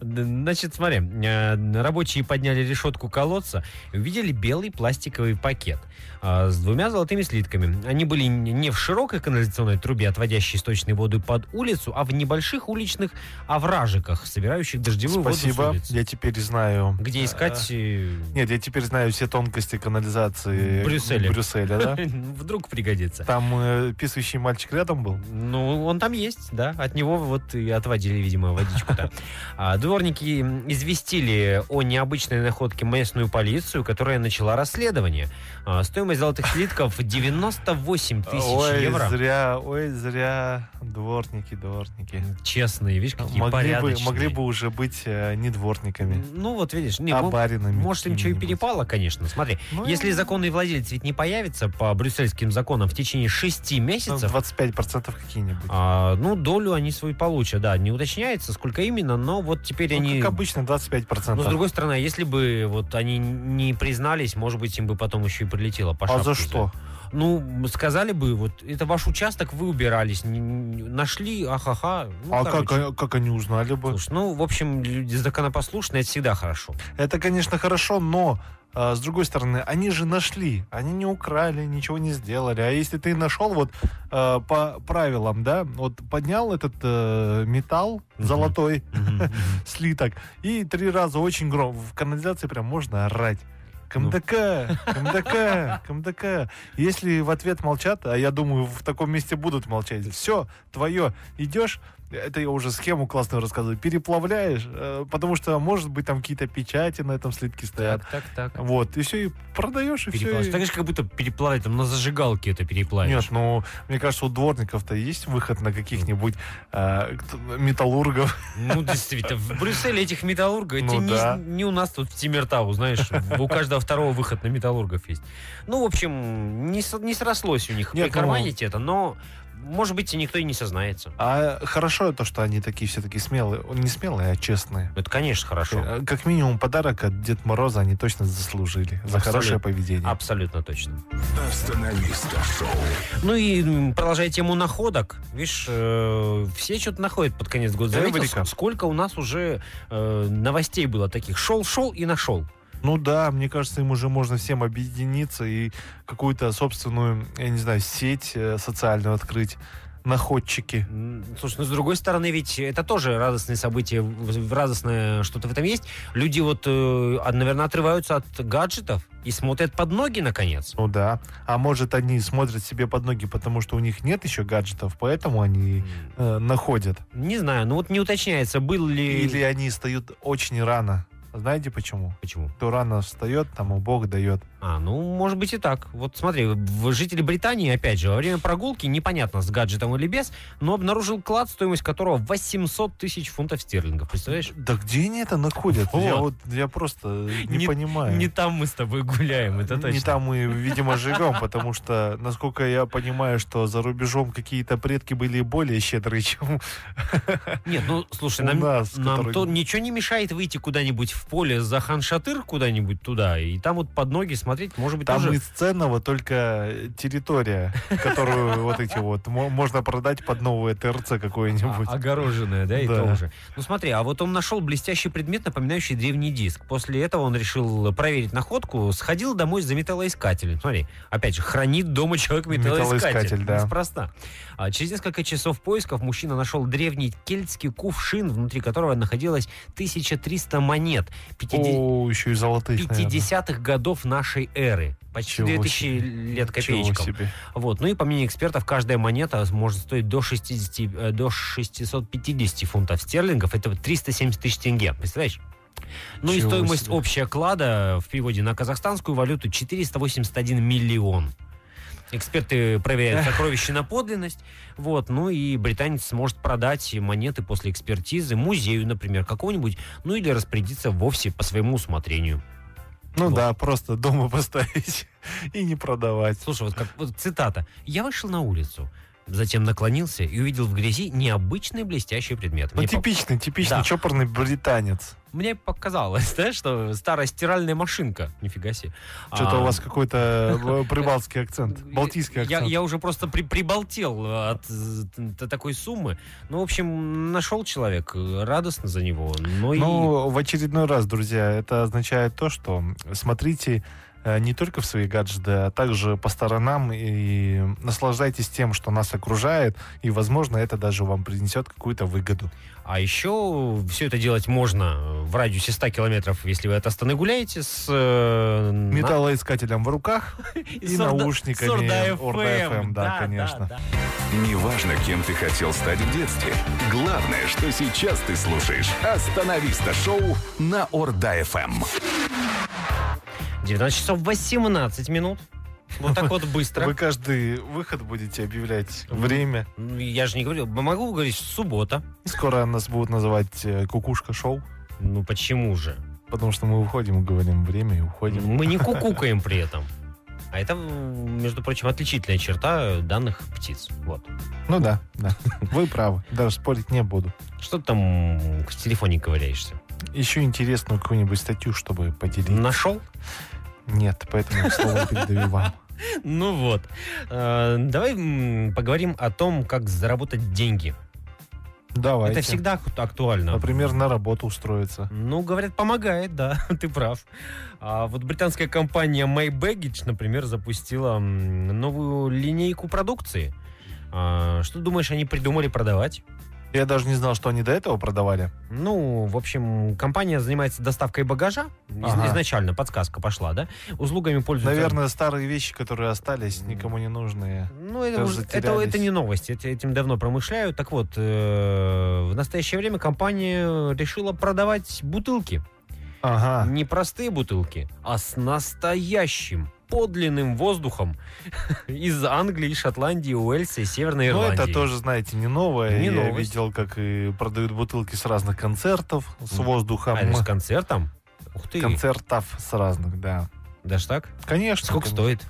S3: Д- Значит, смотри, э, рабочие подняли решетку колодца и увидели белый пластиковый пакет а, с двумя золотыми слитками. Они были н- не в широкой канализационной трубе, отводящей сточные воды под улицу, а в небольших уличных овражиках, собирающих дождевую
S4: Спасибо,
S3: воду с улиц.
S4: я теперь знаю.
S3: Где искать... э,
S4: Э, Нет, я теперь знаю все тонкости канализации
S3: Брюсселя. <laughs>
S4: Брюсселя, да?
S3: Вдруг пригодится.
S4: Там э, писающий мальчик рядом был.
S3: Ну, он там есть, да. От него вот и отводили, видимо,
S4: <laughs>
S3: водичку-то. А, Дворники известили о необычной находке местную полицию, которая начала расследование. А, Стоимость золотых слитков 98 тысяч
S4: ой,
S3: евро.
S4: зря, ой, зря. Дворники, дворники.
S3: Честные, видишь, какие
S4: Могли бы,
S3: порядочные.
S4: могли бы уже быть э, не дворниками,
S3: Ну, вот видишь, не,
S4: а
S3: ну,
S4: баринами.
S3: может, им что и
S4: какими-нибудь.
S3: перепало, конечно. Смотри,
S4: Ну,
S3: если
S4: и-
S3: законный владелец ведь не появится по брюссельским законам в течение 6
S4: Ну,
S3: месяцев,
S4: 25% какие-нибудь.
S3: а, ну, долю они свою получат, да. Не уточняется, сколько именно, но вот теперь
S4: Ну,
S3: они...
S4: Как обычно, 25%.
S3: Но с другой стороны, а если бы вот они не признались, может быть, им бы потом еще и прилетело по
S4: а
S3: шапке
S4: за что?
S3: Ну, м, сказали бы, вот это ваш участок, вы убирались, не- не- нашли, ахаха. Ну,
S4: а
S3: короче.
S4: как, они- как они узнали бы?
S3: Слушай, ну, в общем, люди законопослушные, это всегда хорошо.
S4: Это, конечно, хорошо, но а, с другой стороны, они же нашли, они не украли, ничего не сделали. А если ты нашел вот а, по правилам, да, вот поднял этот э, металл
S3: Мгм.
S4: золотой
S3: Мгм, мгм.
S4: слиток и три раза очень громко в канализации прям можно орать. Камдака, камдака, камдака. Если в ответ молчат, а я думаю, в таком месте будут молчать. Все, твое. Идешь, это я уже схему классную рассказываю, переплавляешь, э, потому что, может быть, там какие-то печати на этом слитке стоят.
S3: Так, так, так.
S4: Вот, и все, и продаешь, и все.
S3: Переплавишь. Так же, как будто переплавить, там, на зажигалке это переплавишь.
S4: Нет, ну, мне кажется, у дворников-то есть выход на каких-нибудь э, кто- металлургов.
S3: Ну, действительно, в Брюсселе этих металлургов, это
S4: Ну
S3: не,
S4: да.
S3: не у нас тут в Тимиртау, знаешь, у каждого второго выход на металлургов есть. Ну, в общем, не, с- не срослось у них
S4: Нет, ну,
S3: прикарманить это, но Может быть, и никто и не сознается.
S4: А хорошо то, что они такие все такие смелые. Не смелые, а честные.
S3: Это, конечно, хорошо.
S4: Э, Как минимум подарок от Дед Мороза они точно заслужили за
S3: Абсолютно. А
S4: хорошее поведение.
S3: Абсолютно точно.
S2: Остановиста шоу.
S3: Ну и м, продолжая тему находок, видишь, э, все что-то находят под конец года. Заметил,
S4: Эврика.
S3: ск- сколько у нас уже э, новостей было таких. Шел-шел и нашел.
S4: Ну да, мне кажется, им уже можно всем объединиться и какую-то собственную, я не знаю, сеть э, социальную открыть. Находчики.
S3: М, Слушай, ну с другой стороны, ведь это тоже радостные события, в- в- радостное что-то в этом есть. Люди вот, э, а, наверное, отрываются от гаджетов и смотрят под ноги, наконец.
S4: Ну да. А может, они смотрят себе под ноги, потому что у них нет еще гаджетов, поэтому они э, находят.
S3: Не знаю, ну вот не уточняется, был ли...
S4: Или они встают очень рано. Знаете почему?
S3: Почему?
S4: Кто рано встает, тому Бог дает.
S3: А, ну, может быть и так. Вот смотри, в- жители Британии, опять же, во время прогулки, непонятно, с гаджетом или без, но обнаружил клад, стоимость которого 800 тысяч фунтов стерлингов. Представляешь?
S4: Да где они это находят? Я
S3: Вот.
S4: вот я просто не,
S3: Не-
S4: понимаю.
S3: Не там мы с тобой гуляем, это точно.
S4: Не там мы, видимо, живем, потому что, насколько я понимаю, что за рубежом какие-то предки были более щедрые, чем...
S3: Нет, ну, слушай,
S4: У
S3: нам,
S4: нас,
S3: нам
S4: который-
S3: то ничего не мешает выйти куда-нибудь в поле за ханшатыр куда-нибудь туда, и там вот под ноги смотреть, может быть, <laughs>
S4: Там
S3: тоже... а,
S4: из ценного только территория, которую вот эти вот мо- можно продать под новое ТРЦ какое-нибудь.
S3: о- Огороженное, да, и
S4: Да.
S3: то уже. Ну смотри, а вот он нашел блестящий предмет, напоминающий древний диск. После этого он решил проверить находку, сходил домой за металлоискателем. Смотри, опять же, хранит дома человек металлоискатель.
S4: Металлоискатель, да.
S3: Неспроста. А через несколько часов поисков мужчина нашел древний кельтский кувшин, внутри которого находилось 1300 монет. 50...
S4: О, еще и золотых, наверное.
S3: 50-х годов нашей эры. Почти
S4: Чего
S3: 2000
S4: себе.
S3: лет
S4: Чего
S3: копеечкам.
S4: себе.
S3: Вот. Ну и по мнению экспертов, каждая монета может стоить до, 60, э, до 650 фунтов стерлингов. Это вот 370 тысяч тенге. Представляешь? Ну и
S4: Чего
S3: стоимость
S4: себе.
S3: общая клада в переводе на казахстанскую валюту 481 миллион. Эксперты проверяют
S4: <laughs>
S3: сокровища на подлинность. Вот, ну и британец сможет продать монеты после экспертизы музею, например, какого-нибудь, ну или распорядиться вовсе по своему усмотрению.
S4: Ну
S3: Вот.
S4: да, просто дома <laughs> поставить и не продавать.
S3: Слушай, вот как вот цитата. Я вышел на улицу, затем наклонился и увидел в грязи необычный блестящий предмет.
S4: Ну,
S3: Мне, по-
S4: типичный, типичный
S3: Да.
S4: чопорный британец.
S3: мне показалось, <laughs> да, что старая стиральная машинка. Нифига себе.
S4: Что-то
S3: А,
S4: у вас какой-то э, прибалтский <laughs> акцент,
S3: <laughs>
S4: балтийский
S3: я,
S4: акцент.
S3: я уже просто при- прибалтел от э, т- такой суммы. Ну, в общем, нашел человек, э, радостно за него. Но и-
S4: Ну, в очередной раз, друзья, это означает то, что смотрите э, не только в свои гаджеты, а также по сторонам и наслаждайтесь тем, что нас окружает, и, возможно, это даже вам принесет какую-то выгоду.
S3: А еще все это делать можно в радиусе 100 километров, если вы от Астаны гуляете, с э, на-
S4: Металлоискателем в руках
S3: <laughs>
S4: и,
S3: с Орда-
S4: наушниками
S3: с Орда
S4: Орда
S3: FM,
S4: FM, да, конечно.
S3: Эм. да.
S2: Неважно, кем ты хотел стать в детстве. Главное, что сейчас ты слушаешь «Остановиста» шоу на Орда-ФМ.
S3: 19 часов 18 минут. Вот так вот
S4: Вы
S3: быстро.
S4: каждый выход будете объявлять время.
S3: Ну, Я же не говорил, могу говорить суббота.
S4: Скоро нас будут называть э, кукушка-шоу,
S3: Ну почему же?
S4: потому что мы уходим и говорим время и уходим.
S3: Мы не кукукаем при этом. А это, м, между прочим, отличительная черта данных птиц. Вот.
S4: Ну да, да. <laughs> Вы правы. Даже спорить не буду.
S3: Что ты там м, в телефоне ковыряешься?
S4: Еще интересную какую-нибудь статью, чтобы поделить.
S3: Нашел?
S4: Нет, поэтому слово
S3: <laughs>
S4: передаю вам.
S3: Ну вот. Э, Давай м, поговорим о том, как заработать деньги.
S4: Давайте.
S3: Это всегда ак- актуально.
S4: Например, на работу устроиться.
S3: Ну, говорят, помогает, да, <laughs> ты прав. А вот британская компания My Baggage, например, запустила м, новую линейку продукции. А, что думаешь, они придумали продавать?
S4: Я даже не знал, что они до этого продавали.
S3: Ну, в общем, компания занимается доставкой багажа. Из-
S4: Ага.
S3: Изначально подсказка пошла, да? Услугами пользуются...
S4: Наверное, старые вещи, которые остались, никому не нужные.
S3: Ну, это,
S4: Даже
S3: уже- это-
S4: затерялись.
S3: это не новость, эти- этим давно промышляют. Так вот, э, в настоящее время компания решила продавать бутылки.
S4: Ага.
S3: Не простые бутылки, а с настоящим подлинным воздухом <laughs> из Англии, Шотландии, Уэльса и Северной
S4: Ну,
S3: Ирландии.
S4: это тоже, знаете, не новое.
S3: Не
S4: Я
S3: новость.
S4: видел, как и продают бутылки с разных концертов, с
S3: М.
S4: воздухом.
S3: А, это с концертом? Ух ты,
S4: Концертов с разных, да.
S3: даже так?
S4: Конечно.
S3: Сколько
S4: конечно.
S3: стоит?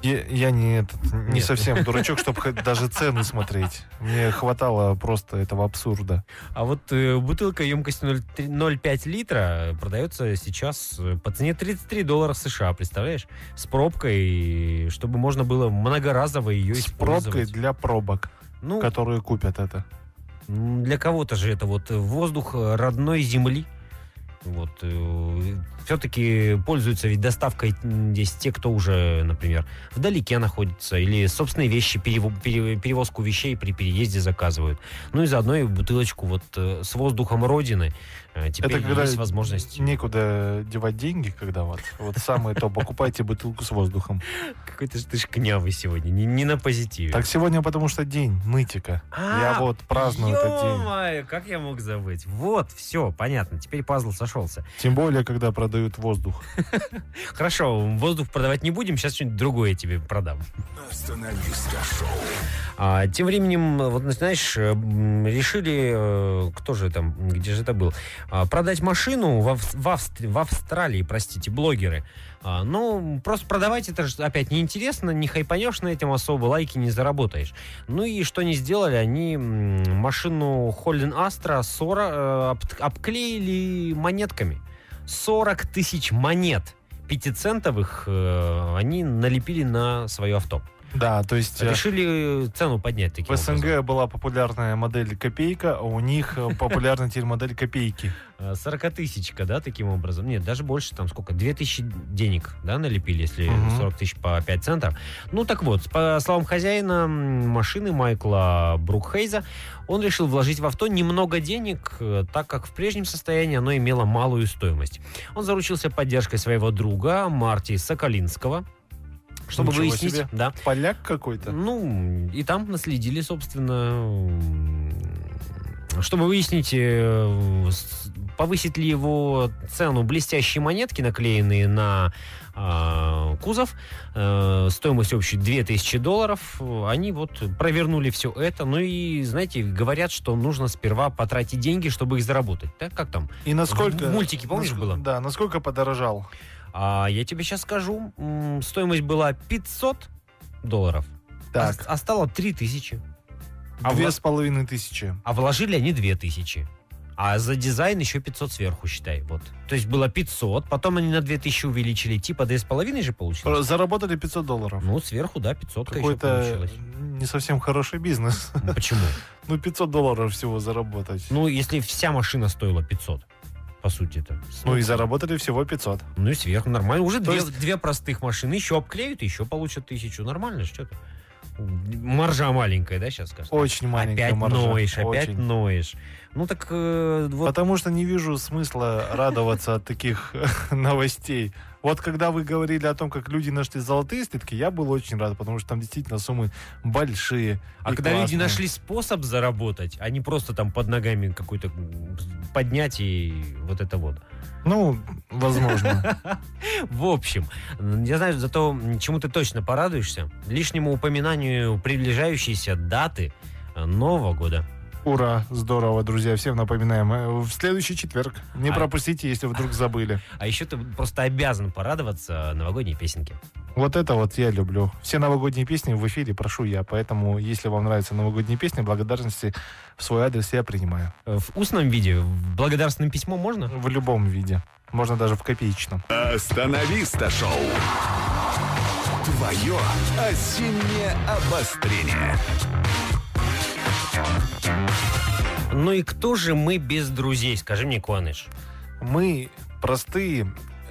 S4: Я, я не, этот, не
S3: Нет. <laughs>
S4: совсем дурачок, чтобы хоть даже цены смотреть. Мне хватало просто этого абсурда.
S3: А вот э, бутылка емкостью 0,3 0,5 литра э, продается сейчас э, по цене 33 доллара США, представляешь? С пробкой, чтобы можно было многоразово ее
S4: С пробкой
S3: использовать.
S4: для пробок,
S3: Ну,
S4: которые купят это.
S3: м, для кого-то же это вот воздух э, родной земли. Вот. Все-таки пользуются ведь доставкой м, здесь те, кто уже, например, вдалеке находится, или собственные вещи, перево- пере- перевозку вещей при переезде заказывают. Ну и заодно и бутылочку вот э, с воздухом Родины. Э, Теперь
S4: это когда
S3: есть возможность.
S4: некуда девать деньги, когда вот, вот самое то, покупайте бутылку с воздухом.
S3: Какой-то ж ты ж княвый сегодня, не, не на позитиве.
S4: Так сегодня потому что день нытика. Я
S3: А,
S4: вот праздную этот день.
S3: Ё-моё, как я мог забыть? Вот, все, понятно, теперь пазл сошелся.
S4: Тем более, когда продают воздух.
S3: Хорошо, воздух продавать не будем, сейчас что-нибудь другое тебе продам.
S2: Остановиста шоу.
S3: А, тем временем, вот ну, знаешь, э, м, решили, э, кто же там, где же это был, а, продать машину в, Авс- в Австр- в Австралии, простите, блогеры. А, ну, просто продавать это же опять неинтересно, не хайпанешь на этом особо, лайки не заработаешь. Ну и что они сделали? Они м, машину Холлин Астра 40, э, об- обклеили монетками. 40 тысяч монет пятицентовых э, они налепили на свое авто.
S4: Да, то есть... э,
S3: Решили цену поднять таким
S4: В
S3: образом.
S4: СНГ была популярная модель копейка, а у них э, популярна теперь модель копейки.
S3: А, 40 тысячка, да, таким образом. Нет, даже больше, там сколько, 2000 денег, да, налепили, если
S4: Мгм.
S3: 40 тысяч по 5 центов. Ну так вот, по словам хозяина м, машины Майкла Брукхейза, он решил вложить в авто немного денег, э, так как в прежнем состоянии оно имело малую стоимость. Он заручился поддержкой своего друга Марти Соколинского, чтобы
S4: Ничего
S3: выяснить,
S4: себе.
S3: да,
S4: Поляк какой-то.
S3: Ну, и там наследили, собственно, м, чтобы выяснить, э, с- повысит ли его цену блестящие монетки, наклеенные на а, кузов, э, стоимость общей 2000 долларов. Они вот провернули все это. Ну и, знаете, говорят, что нужно сперва потратить деньги, чтобы их заработать. Да? Как там?
S4: И насколько...
S3: в мультике, помнишь,
S4: наск-
S3: было?
S4: Да, насколько подорожал?
S3: А я тебе сейчас скажу, м, стоимость была 500 долларов,
S4: Так,
S3: а, а стало 3000. а
S4: две
S3: вла-
S4: с половиной тысячи.
S3: А вложили они 2000. А за дизайн еще 500 сверху, считай. Вот. То есть было 500, потом они на 2000 увеличили. Типа 2,5 же получилось?
S4: Про- Заработали 500 долларов.
S3: Ну, сверху, да, 500 еще
S4: Какой-то
S3: получилось.
S4: не совсем хороший бизнес. <laughs>
S3: Ну, Почему?
S4: Ну, 500 долларов всего заработать.
S3: Ну, если вся машина стоила 500, по сути-то.
S4: Ну и заработали всего 500.
S3: Ну и сверху нормально. Уже
S4: То
S3: две,
S4: есть-
S3: две простых машины еще обклеют, еще получат тысячу. Нормально же, что-то. Маржа маленькая, да, сейчас скажешь?
S4: Очень маленькая
S3: опять
S4: маржа.
S3: ноешь, опять
S4: Очень.
S3: ноешь. Ну так э, вот
S4: Потому что не вижу смысла радоваться от таких <laughs> новостей. Вот когда вы говорили о том, как люди нашли золотые слитки, я был очень рад, потому что там действительно суммы большие.
S3: А
S4: и
S3: когда люди
S4: классные.
S3: нашли способ заработать, а не просто там под ногами какой-то м, поднять и вот это вот.
S4: Ну, возможно.
S3: В общем, м, я знаю, зато м, чему ты точно порадуешься. Лишнему упоминанию приближающейся даты э, Нового года.
S4: Ура, здорово, друзья. Всем напоминаем. э, В следующий четверг. Не
S3: А-
S4: пропустите, если вдруг забыли.
S3: А еще ты просто обязан порадоваться новогодней песенке.
S4: Вот это вот я люблю. Все новогодние песни в эфире прошу я. Поэтому, если вам нравятся новогодние песни, благодарности в свой адрес я принимаю.
S3: Э, В устном виде, в благодарственном письмо можно?
S4: В любом виде. Можно даже в копеечном.
S2: Остановиста шоу. Твое осеннее обострение.
S3: Ну и кто же мы без друзей, скажи мне, Куаныш?
S4: Мы простые,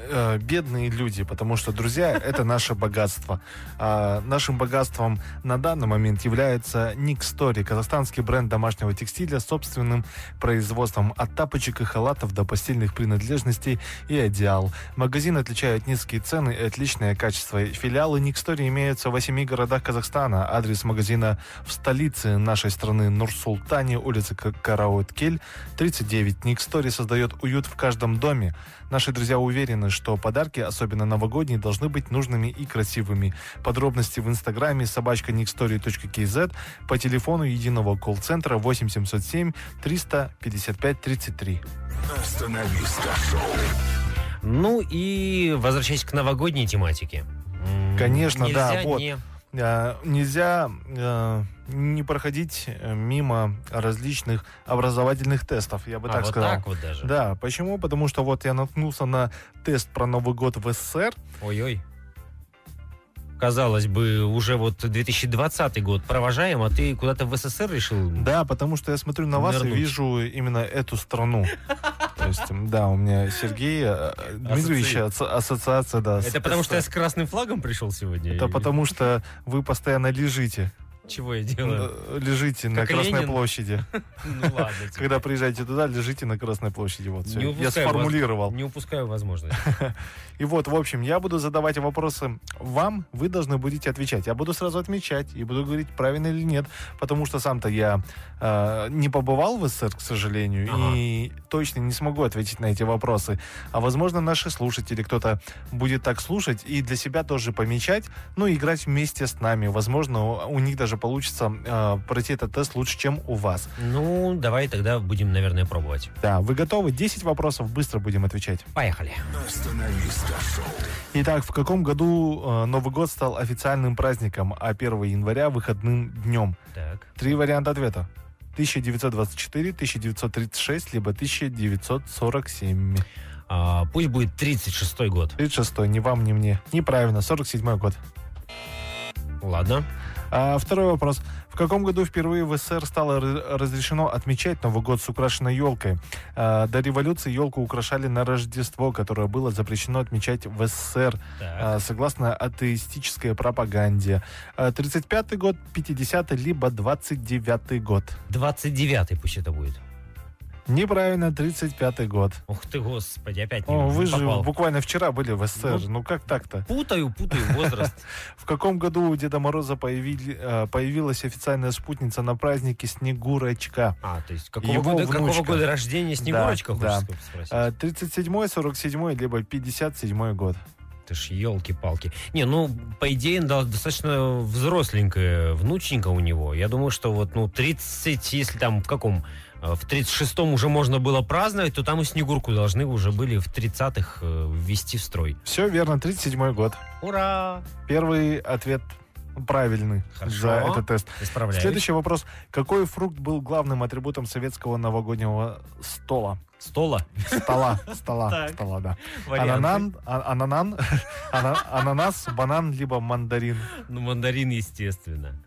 S4: э, бедные люди, потому что друзья — это наше богатство. А нашим богатством на данный момент является Ник Story, казахстанский бренд домашнего текстиля с собственным производством от тапочек и халатов до постельных принадлежностей и одеял. Магазин отличают низкие цены и отличное качество. Филиалы Ник Story имеются в 8 городах Казахстана. Адрес магазина в столице нашей страны Нур-Султане, улица Ка- Караоткель, 39. Ник Story создает уют в каждом доме. Наши друзья уверены, что подарки, особенно новогодние, должны быть нужными и красивыми. Подробности в инстаграме собачка никстори.кз по телефону единого колл-центра 8707 355 33.
S2: Остановиста шоу.
S3: Ну и возвращаясь к новогодней тематике. М,
S4: Конечно,
S3: нельзя
S4: да, вот.
S3: не-
S4: Э, нельзя э, не проходить э, мимо различных образовательных тестов, я бы
S3: А,
S4: так
S3: вот
S4: сказал.
S3: так вот даже.
S4: Да, почему? Потому что вот я наткнулся на тест про Новый год в СССР.
S3: Ой-ой. Казалось бы, уже вот 2020 год провожаем, а ты куда-то в СССР решил?
S4: Да, потому что я смотрю на вас и
S3: Нырнуть.
S4: вижу именно эту страну. То есть, м, да, у меня Сергей э, Дмитриевич, ассо- ассоциация, да. с-
S3: Это потому что я
S4: с-
S3: с красным флагом пришел сегодня?
S4: Это
S3: Или
S4: потому что вы постоянно лежите.
S3: Чего я делаю?
S4: Э, Лежите на
S3: Как
S4: Красной
S3: Ленин.
S4: площади.
S3: Ну ладно. тебе.
S4: <laughs> Когда приезжаете туда, лежите на Красной площади. Вот, всё.
S3: Не
S4: я
S3: упускаю
S4: сформулировал.
S3: Не упускаю возможность.
S4: И вот, в общем, я буду задавать вопросы вам, вы должны будете отвечать. Я буду сразу отмечать и буду говорить, правильно или нет, потому что сам-то я э, не побывал в СССР, к сожалению,
S3: Ага.
S4: и точно не смогу ответить на эти вопросы. А возможно, наши слушатели, кто-то будет так слушать и для себя тоже помечать, ну и играть вместе с нами. Возможно, у- у них даже получится э, пройти этот тест лучше, чем у вас.
S3: Ну, давай тогда будем, наверное, пробовать.
S4: Да, вы готовы? 10 вопросов, быстро будем отвечать.
S3: Поехали.
S4: Итак, в каком году э, Новый год стал официальным праздником, а 1 января выходным днем?
S3: Так.
S4: Три варианта ответа. 1924, 1936, либо 1947.
S3: А, пусть будет 36-й год.
S4: 36, ни вам, ни мне. Неправильно, 47 год.
S3: Ладно.
S4: А, второй вопрос. В каком году впервые в СССР стало ра- разрешено отмечать Новый год с украшенной елкой? до революции елку украшали на Рождество, которое было запрещено отмечать в СССР.
S3: Так.
S4: а, согласно атеистической пропаганде. А, 35-й год, 50-й, либо 29-й год.
S3: 29-й пусть это будет.
S4: Неправильно, 35-й год.
S3: Ух ты, господи, опять не
S4: О, вы же
S3: попал.
S4: буквально вчера были в СССР. Ну, как так-то?
S3: Путаю, путаю возраст.
S4: В каком году у Деда Мороза появили- э, появилась официальная спутница на празднике Снегурочка?
S3: А, то есть какого,
S4: Его
S3: года, какого
S4: внучка.
S3: года рождения Снегурочка,
S4: Да,
S3: хочешь спросить?
S4: А, 37-й, 47-й, либо 57-й год.
S3: Ты ж елки-палки. Не, ну, по идее, да, достаточно взросленькая внученька у него. Я думаю, что вот, ну, 30, если там в каком, э, в 36-м уже можно было праздновать, то там и Снегурку должны уже были в 30-х э, ввести в строй.
S4: Все верно, 37-й год.
S3: Ура!
S4: Первый ответ правильный
S3: Хорошо.
S4: за этот тест.
S3: Исправляюсь.
S4: Следующий вопрос. Какой фрукт был главным атрибутом советского новогоднего стола?
S3: Стола. <laughs>
S4: Стола, стола,
S3: Так.
S4: стола, да.
S3: Варианты.
S4: Ананан, а- ананан, <laughs> ана- ананас, банан, либо мандарин.
S3: Ну, мандарин, естественно.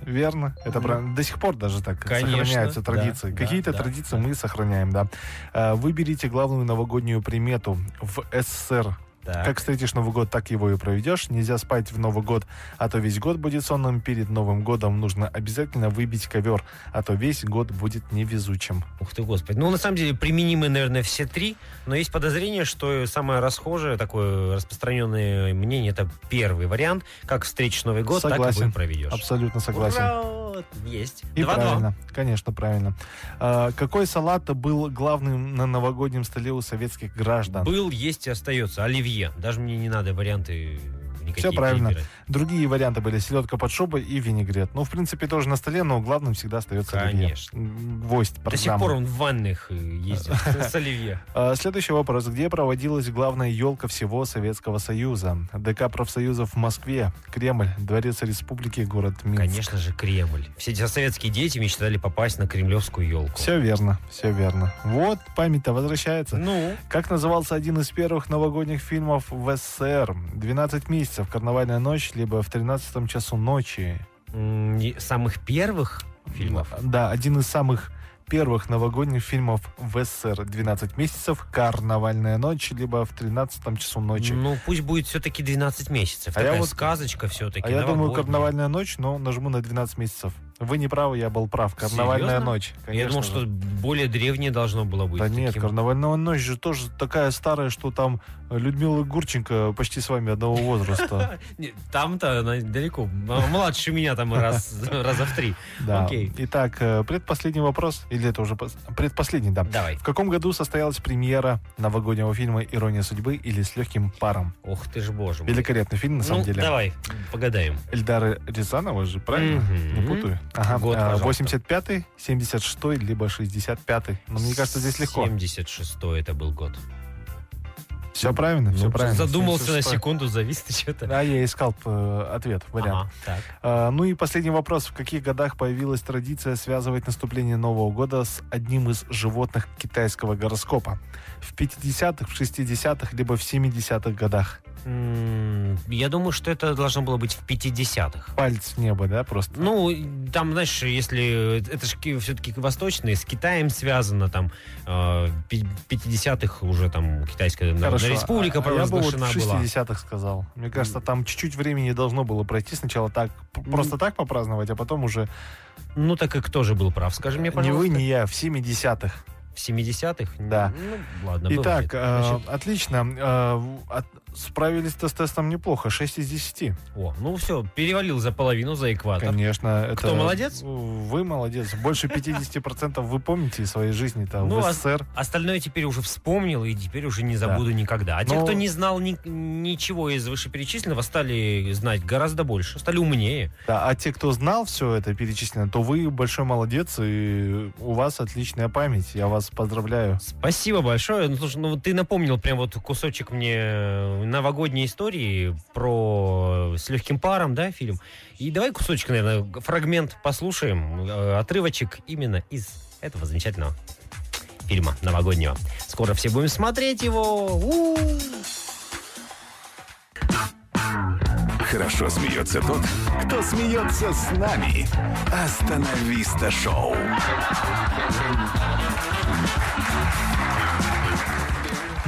S4: Верно? Это
S3: Мгм.
S4: правильно. До сих пор даже так
S3: Ну, Конечно,
S4: сохраняются
S3: да,
S4: традиции.
S3: да,
S4: Какие-то
S3: да, да.
S4: традиции мы сохраняем, да. Э, Выберите главную новогоднюю примету в СССР.
S3: Так.
S4: Как встретишь Новый год, так его и проведешь. Нельзя спать в Новый год, а то весь год будет сонным. Перед Новым годом нужно обязательно выбить ковер, а то весь год будет невезучим.
S3: Ух ты, господи. Ну, на самом деле, применимы, наверное, все три, но есть подозрение, что самое расхожее, такое распространенное мнение, это первый вариант. Как встретишь Новый год, так и
S4: Согласен.
S3: вы проведешь.
S4: Абсолютно согласен.
S3: Ура! Есть.
S4: И
S3: Два-два.
S4: правильно, конечно, правильно. А, какой салат был главным на новогоднем столе у советских граждан?
S3: Был, есть и остается. Оливье. Даже мне не надо варианты никакие
S4: Всё правильно.
S3: перебирать.
S4: Другие варианты были селедка под шубой и винегрет. Ну, в принципе, тоже на столе, но главным всегда остается оливье.
S3: Конечно.
S4: М, Гвоздь
S3: До сих пор он
S4: программы.
S3: в ванных э, ездит с оливье.
S4: А, Следующий вопрос. Где проводилась главная елка всего Советского Союза? ДК профсоюзов в Москве, Кремль, Дворец Республики, город Минск.
S3: Конечно же, Кремль. Все те советские дети мечтали попасть на кремлевскую елку.
S4: Все верно, все верно. Вот память-то возвращается.
S3: Ну,
S4: Как назывался один из первых новогодних фильмов в СССР? «12 месяцев», «Карнавальная ночь», либо «В 13 часу ночи».
S3: м, и самых первых фильмов.
S4: Да, один из самых первых новогодних фильмов в СССР. «12 месяцев», «Карнавальная ночь», либо «В 13 часу ночи».
S3: Ну, пусть будет все-таки 12 месяцев.
S4: А я
S3: Такая
S4: вот-
S3: сказочка все-таки.
S4: а я думаю, «Карнавальная ночь», но нажму на 12 месяцев. Вы не правы, я был прав. «Карнавальная
S3: Серьезно?
S4: ночь».
S3: Я думал,
S4: конечно
S3: что
S4: же.
S3: более древнее должно было быть.
S4: Да нет,
S3: таким.
S4: «Карнавальная ночь» же тоже такая старая, что там Людмила Гурченко почти с вами одного возраста.
S3: <laughs> Не, Там-то она далеко. М- Младше меня там раз, <laughs> раза в три.
S4: Да.
S3: Окей.
S4: Итак, э, предпоследний вопрос, или это уже пос- предпоследний, да.
S3: Давай.
S4: В каком году состоялась премьера новогоднего фильма «Ирония судьбы» или «С легким паром»?
S3: Ох ты ж боже мой.
S4: Великолепный фильм, на самом
S3: ну,
S4: деле.
S3: давай, погадаем.
S4: Эльдара Рязанова же, правильно?
S3: Мгм.
S4: Не путаю. Ага.
S3: Год,
S4: а,
S3: пожалуйста.
S4: 85-й, 76-й, Ну, либо 65-й. Ну, мне кажется, здесь легко.
S3: 76 это был год.
S4: Все правильно, все
S3: Ну,
S4: правильно.
S3: Задумался на
S4: 76-е.
S3: секунду, завис ты что-то.
S4: Да, А, я искал э, ответ, вариант.
S3: Ага, так.
S4: А, Ну и последний вопрос. В каких годах появилась традиция связывать наступление Нового года с одним из животных китайского гороскопа? В 50-х, в 60-х, либо в 70-х годах?
S3: М, Я думаю, что это должно было быть в 50-х.
S4: Палец в небо, да, просто?
S3: Ну, и там, знаешь, если... э, Это же все-таки восточные, с Китаем связано, там, э, пи- 50-х уже там Китайская Народная
S4: Хорошо.
S3: Республика
S4: А- а я бы вот в
S3: провозглашена была.
S4: 60-х сказал. Мне кажется, там чуть-чуть времени должно было пройти. Сначала так, п- просто так попраздновать, а потом уже
S3: Ну, так и кто же был прав? Скажи мне,
S4: ни вы,
S3: пожалуйста.
S4: ни я в 70-х.
S3: В 70-х?
S4: Да.
S3: Ну, ладно,
S4: Итак,
S3: бывает.
S4: э,
S3: Значит,
S4: отлично. Э, в- от- справились-то с тестом неплохо. 6 из 10.
S3: О, ну все, перевалил за половину, за экватор.
S4: а, Конечно.
S3: А Кто
S4: это-
S3: молодец?
S4: Вы молодец. Больше 50% вы помните из своей жизни там
S3: Ну,
S4: в
S3: а-
S4: СССР.
S3: Остальное теперь уже вспомнил и теперь уже не забуду никогда. А те,
S4: Но-
S3: кто не знал ни- ничего из вышеперечисленного, стали знать гораздо больше, стали умнее.
S4: Да, а те, кто знал все это перечислено, то вы большой молодец, и у вас отличная память. Я вас поздравляю.
S3: Спасибо большое. Ну, слушай, ну вот ты напомнил прям вот кусочек мне э, новогодней истории про э, «С легким паром», да, фильм? И давай кусочек, наверное, фрагмент послушаем, э, отрывочек именно из этого замечательного фильма новогоднего. Скоро все будем смотреть его. У!
S2: Хорошо смеется тот, кто смеется с нами. Остановиста шоу.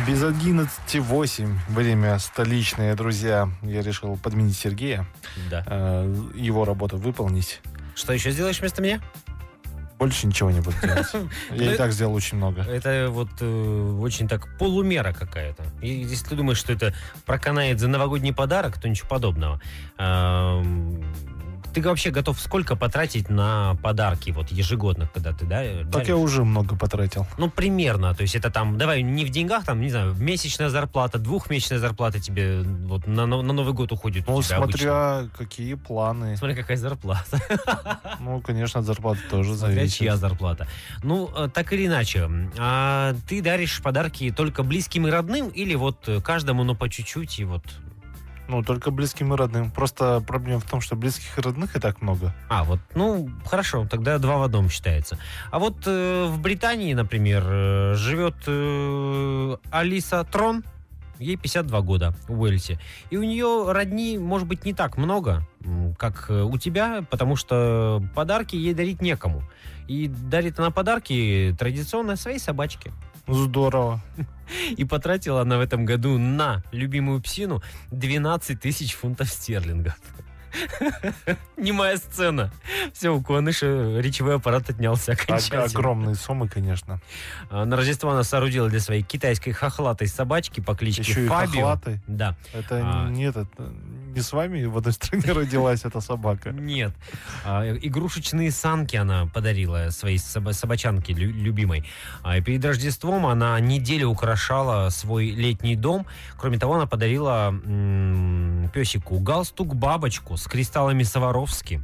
S4: Без 11.08 время столичное, друзья. Я решил подменить Сергея,
S3: Да.
S4: э, его работу выполнить.
S3: Что еще сделаешь вместо меня?
S4: Больше ничего не буду
S3: <laughs>
S4: делать. Я
S3: Ну,
S4: и так сделал очень много.
S3: Это вот э, очень так полумера какая-то. И если ты думаешь, что это проканает за новогодний подарок, то ничего подобного. Эм, ты вообще готов сколько потратить на подарки вот ежегодно, когда ты да,
S4: Так
S3: даришь?
S4: я уже много потратил.
S3: Ну, примерно. То есть это там, давай, не в деньгах, там, не знаю, месячная зарплата, двухмесячная зарплата тебе вот на, но- на Новый год уходит. у
S4: Ну,
S3: тебя обычно.
S4: смотря
S3: <laughs>
S4: какие планы.
S3: Смотри, какая зарплата.
S4: Ну, конечно, от зарплаты тоже
S3: Смотря
S4: зависит.
S3: чья зарплата. Ну, э, так или иначе, м, а ты даришь подарки только близким и родным или вот э, каждому, но по чуть-чуть и вот...
S4: Ну, только близким и родным. Просто проблема в том, что близких и родных и так много.
S3: А, вот, ну, хорошо, тогда два в одном считается. А вот э, в Британии, например, э, живет э, Алиса Трон, ей 52 года, в Уэльсе. И у нее родни, может быть, не так много, м, как э, у тебя, потому что подарки ей дарить некому. И дарит она подарки традиционно своей собачке. <laughs>
S4: Здорово.
S3: И потратила она в этом году на любимую псину 12 тысяч фунтов стерлингов. <laughs> Немая сцена. Все, у Куаныша речевой аппарат отнялся окончательно.
S4: Ог- огромные суммы, конечно.
S3: А, На Рождество она соорудила для своей китайской хохлатой собачки по кличке
S4: Еще и
S3: Фабио.
S4: хохлаты.
S3: Да.
S4: Это
S3: А.
S4: не этот, э, не с вами в одной <laughs> стране родилась эта собака.
S3: Нет. А, э, Игрушечные санки она подарила своей соба- собачанке лю- любимой. А, и перед Рождеством она неделю украшала свой летний дом. Кроме того, она подарила м, песику галстук бабочку с кристаллами Саваровски,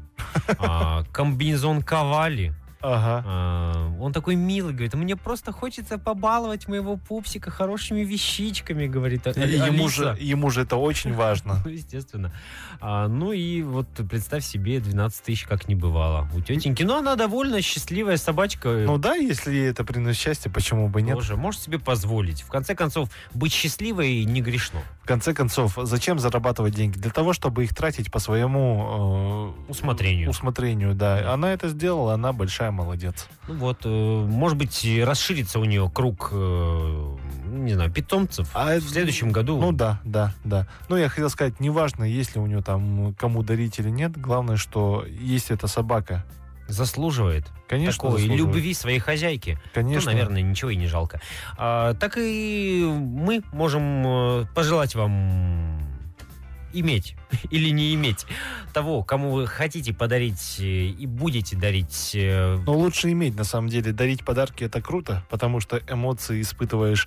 S3: а, комбинезон Кавали.
S4: Ага.
S3: А, Он такой милый, говорит, мне просто хочется побаловать моего пупсика хорошими вещичками, говорит. А-
S4: И Э, Ему
S3: Алиса.
S4: же, ему же это очень важно.
S3: Ну, <laughs> естественно. А, ну и вот представь себе, 12 тысяч как не бывало у тетеньки. Но она довольно счастливая собачка.
S4: Ну да, если ей это приносит счастье, почему бы нет?
S3: Э. Тоже может себе позволить. В конце концов, быть счастливой не грешно.
S4: В конце концов, зачем зарабатывать деньги? Для того, чтобы их тратить по своему э,
S3: Усмотрению.
S4: Усмотрению, да. Она это сделала, она большая молодец.
S3: Ну вот, э, может быть, и расширится у нее круг, э, не знаю, питомцев.
S4: А
S3: в следующем году
S4: Ну да, да, да. Ну я хотел сказать, неважно, есть ли у нее там кому дарить или нет, главное, что есть эта собака.
S3: заслуживает
S4: Конечно,
S3: такой
S4: заслуживает.
S3: любви своей хозяйки. Ну,
S4: Конечно.
S3: наверное, ничего и не жалко. А, так и мы можем э, пожелать вам иметь <laughs> или не иметь того, кому вы хотите подарить э, и будете дарить. э,
S4: Но лучше иметь, на самом деле. Дарить подарки это круто, потому что эмоции испытываешь,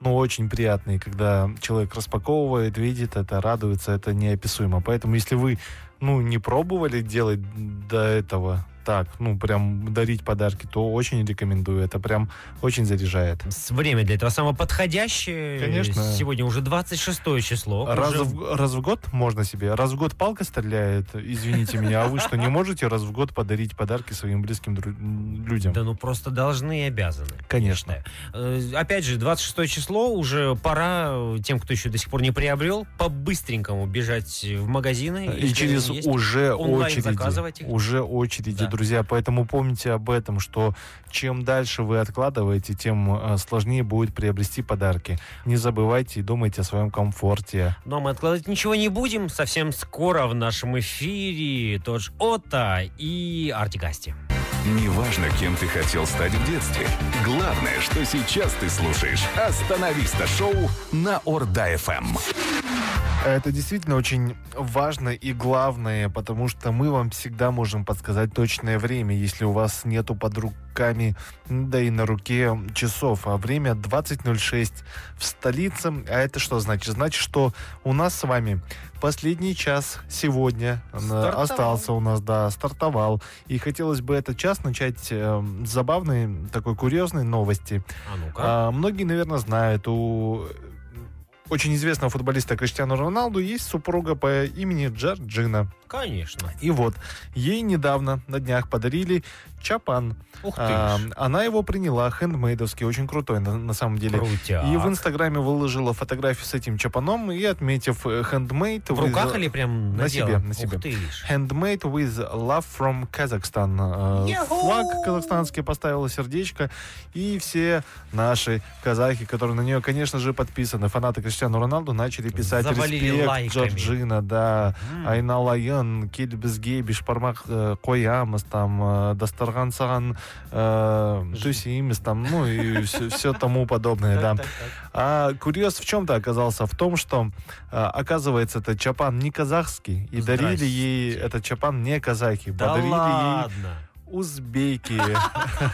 S4: ну, очень приятные, когда человек распаковывает, видит это, радуется, это неописуемо. Поэтому, если вы, ну, не пробовали делать до этого так, ну, прям дарить подарки, то очень рекомендую. Это прям очень заряжает.
S3: С- Время для этого самое подходящее.
S4: Конечно.
S3: Сегодня уже 26 число.
S4: Раз
S3: Ну, Уже
S4: в, раз в год можно себе. Раз в год палка стреляет, извините меня, а вы что, не можете раз в год подарить подарки своим близким дру- людям?
S3: Да ну просто должны и обязаны. я
S4: Конечно.
S3: считаю. Э, Опять же, 26 число уже пора э, тем, кто еще до сих пор не приобрел, по-быстренькому бежать в магазины.
S4: И
S3: если они
S4: через
S3: Ну, есть.
S4: уже
S3: онлайн заказывать
S4: очереди.
S3: их.
S4: Уже очереди,
S3: Да.
S4: друзья. Поэтому помните об этом, что чем дальше вы откладываете, тем э, сложнее будет приобрести подарки. Не забывайте и думайте о своем комфорте.
S3: Ну а мы откладывать ничего не будем. Совсем скоро в нашем эфире тот же Ота и Артигасти.
S2: Неважно, кем ты хотел стать в детстве. Главное, что сейчас ты слушаешь «Остановиста» шоу на Орда-ФМ.
S4: Это действительно очень важно и главное, потому что мы вам всегда можем подсказать точное время, если у вас нету под руками, да и на руке часов. А время 20.06 в столице. А это что значит? Значит, что у нас с вами последний час сегодня э,
S3: Стартовал.
S4: остался у нас, да, стартовал. И хотелось бы этот час начать э, с забавной, такой курьезной новости.
S3: А ну-ка.
S4: А, многие, наверное, знают, у очень известного футболиста Криштиану Роналду есть супруга по имени Джорджина.
S3: Конечно.
S4: И вот, ей недавно на днях подарили чапан.
S3: Ух ты.
S4: А,
S3: ж.
S4: она его приняла, хендмейдовский, очень крутой на, на самом деле.
S3: Крутяк.
S4: И в Инстаграме выложила фотографию с этим чапаном и отметив э, handmade...
S3: В
S4: with-
S3: руках или прям
S4: На
S3: надела?
S4: себе, на себе.
S3: Ух ты ж.
S4: Handmade with love from Kazakhstan. Э,
S3: Йоху!
S4: Флаг казахстанский поставила сердечко. И все наши казахи, которые на нее, конечно же, подписаны, фанаты Криштиану Роналду, начали писать
S3: Завалили
S4: респект
S3: лайками».
S4: Джорджина, да.
S3: М.
S4: Айна Лайын, кел бізге бешбармақ э, қоямыз там э, дастархан саған э, төсейміз там ну и все, тому подобное <laughs> да а курьез в чем-то оказался в том что э, оказывается этот чапан не казахский и дарили
S3: Здрасте.
S4: ей этот чапан не казахи
S3: Да
S4: подарили ей
S3: ладно.
S4: узбеки <laughs>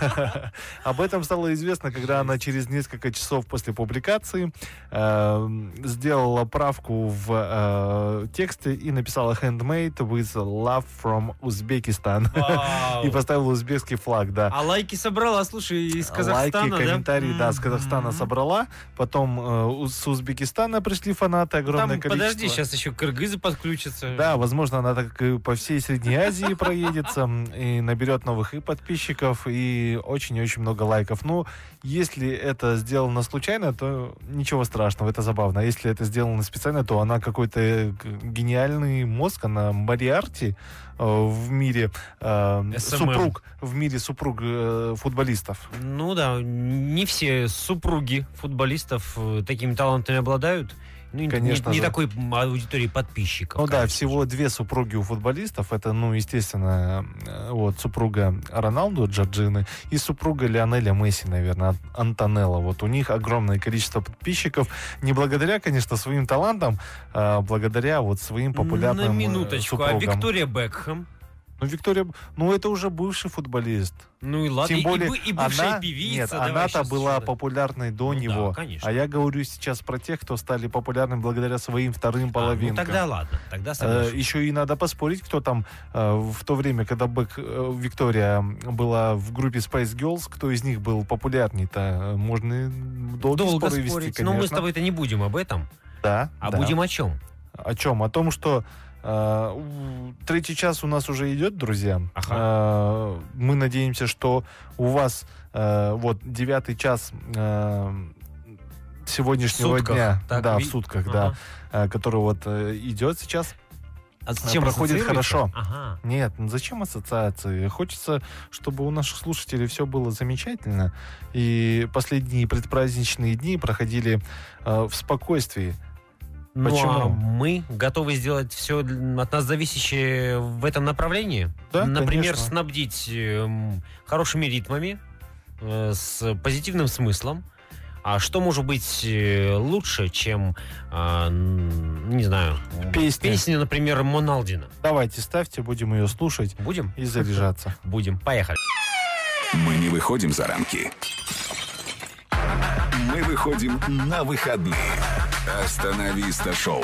S4: об этом стало известно когда она через несколько часов после публикации э, сделала правку в э, тексте и написала handmade with love from Узбекистан
S3: Вау.
S4: <laughs> <laughs> и поставила узбекский флаг да
S3: А лайки собрала, слушай, из Казахстана, да?
S4: Лайки, комментарии, да, с
S3: М,
S4: Казахстана
S3: м.
S4: собрала. Потом э, у- с Узбекистана пришли фанаты,
S3: Ну, Там,
S4: огромное количество.
S3: подожди, сейчас еще кыргызы подключатся.
S4: Да, возможно, она так и по всей Средней Азии проедется м, и наберет новых и подписчиков, и очень-очень много лайков. Ну, если это сделано случайно, то ничего страшного, это забавно. А Если это сделано специально, то она какой-то э, г- гениальный мозг, она Мариарти э, в мире э,
S3: SMM.
S4: супруг, в мире супруг э, футболистов.
S3: Ну да, не все супруги футболистов э, такими талантами обладают. Ну, и не-
S4: Конечно
S3: не,
S4: же.
S3: такой м, аудитории подписчиков.
S4: Ну да,
S3: конечно.
S4: всего две супруги у футболистов. Это, ну, естественно, э, вот супруга Роналду Джорджины и супруга Лионеля Месси, наверное, Ан- Антонелла. Вот у них огромное количество подписчиков. Не благодаря, конечно, своим талантам, а благодаря вот своим популярным
S3: Ну, На
S4: э,
S3: минуточку, а
S4: супругам.
S3: Виктория Бекхэм?
S4: Ну, Виктория, ну, это уже бывший футболист.
S3: Ну и ладно,
S4: Тем
S3: и-
S4: более,
S3: и, бы- и бывшая
S4: она,
S3: певица.
S4: нет,
S3: давай
S4: она-то
S3: щас
S4: была
S3: сюда.
S4: популярной до
S3: Ну да,
S4: него.
S3: конечно.
S4: А я говорю сейчас про тех, кто стали популярны благодаря своим вторым
S3: А, ну
S4: половинкам.
S3: тогда ладно, тогда
S4: Э,
S3: соглашусь.
S4: Еще и надо поспорить, кто там э, в то время, когда Бэк э, Виктория была в группе Spice Girls, кто из них был популярней-то. Э, Можно и долгие
S3: Долго
S4: споры
S3: спорить,
S4: вести,
S3: но
S4: конечно.
S3: мы с тобой-то не будем об этом.
S4: Да,
S3: А
S4: да.
S3: будем о чем?
S4: О чем? О том, что э, у- третий час у нас уже идет, друзья. Э, мы надеемся, что у вас э, вот девятый час э, сегодняшнего
S3: сутках,
S4: дня,
S3: так,
S4: да,
S3: ви-
S4: в сутках,
S3: Ага.
S4: да, э, который вот э, идет сейчас.
S3: А с
S4: Э,
S3: чем
S4: проходит
S3: ассоциируется?
S4: хорошо.
S3: Ага.
S4: Нет, ну зачем ассоциации? Хочется, чтобы у наших слушателей все было замечательно. И последние предпраздничные дни проходили э, в спокойствии.
S3: Ну, а
S4: Почему?
S3: мы готовы сделать все от нас зависящее в этом направлении.
S4: Да,
S3: Например,
S4: конечно.
S3: снабдить эм, хорошими ритмами, э, с позитивным смыслом. А что может быть э, лучше, чем, а, н- не знаю,
S4: Песни.
S3: песни, например, Моналдина?
S4: Давайте ставьте, будем ее слушать
S3: Будем?
S4: и заряжаться.
S3: Будем. Поехали.
S2: Мы не выходим за рамки. Мы выходим на выходные. «Остановиста» шоу.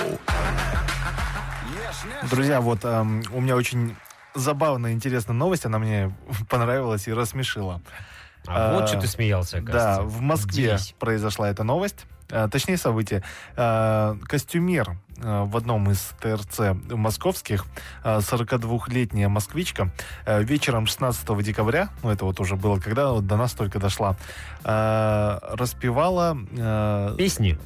S4: Друзья, вот эм, у меня очень забавная, интересная новость. Она мне <laughs> понравилась и рассмешила.
S3: А,
S4: А,
S3: вот что ты смеялся,
S4: Да,
S3: оказывается.
S4: в Москве
S3: Делись.
S4: произошла эта новость. А, Точнее, событие. А, Костюмер а, в одном из ТРЦ московских, а, 42-летняя москвичка, а, вечером 16 декабря, ну это вот уже было, когда вот до нас только дошла, а, распевала, а,
S3: Песни?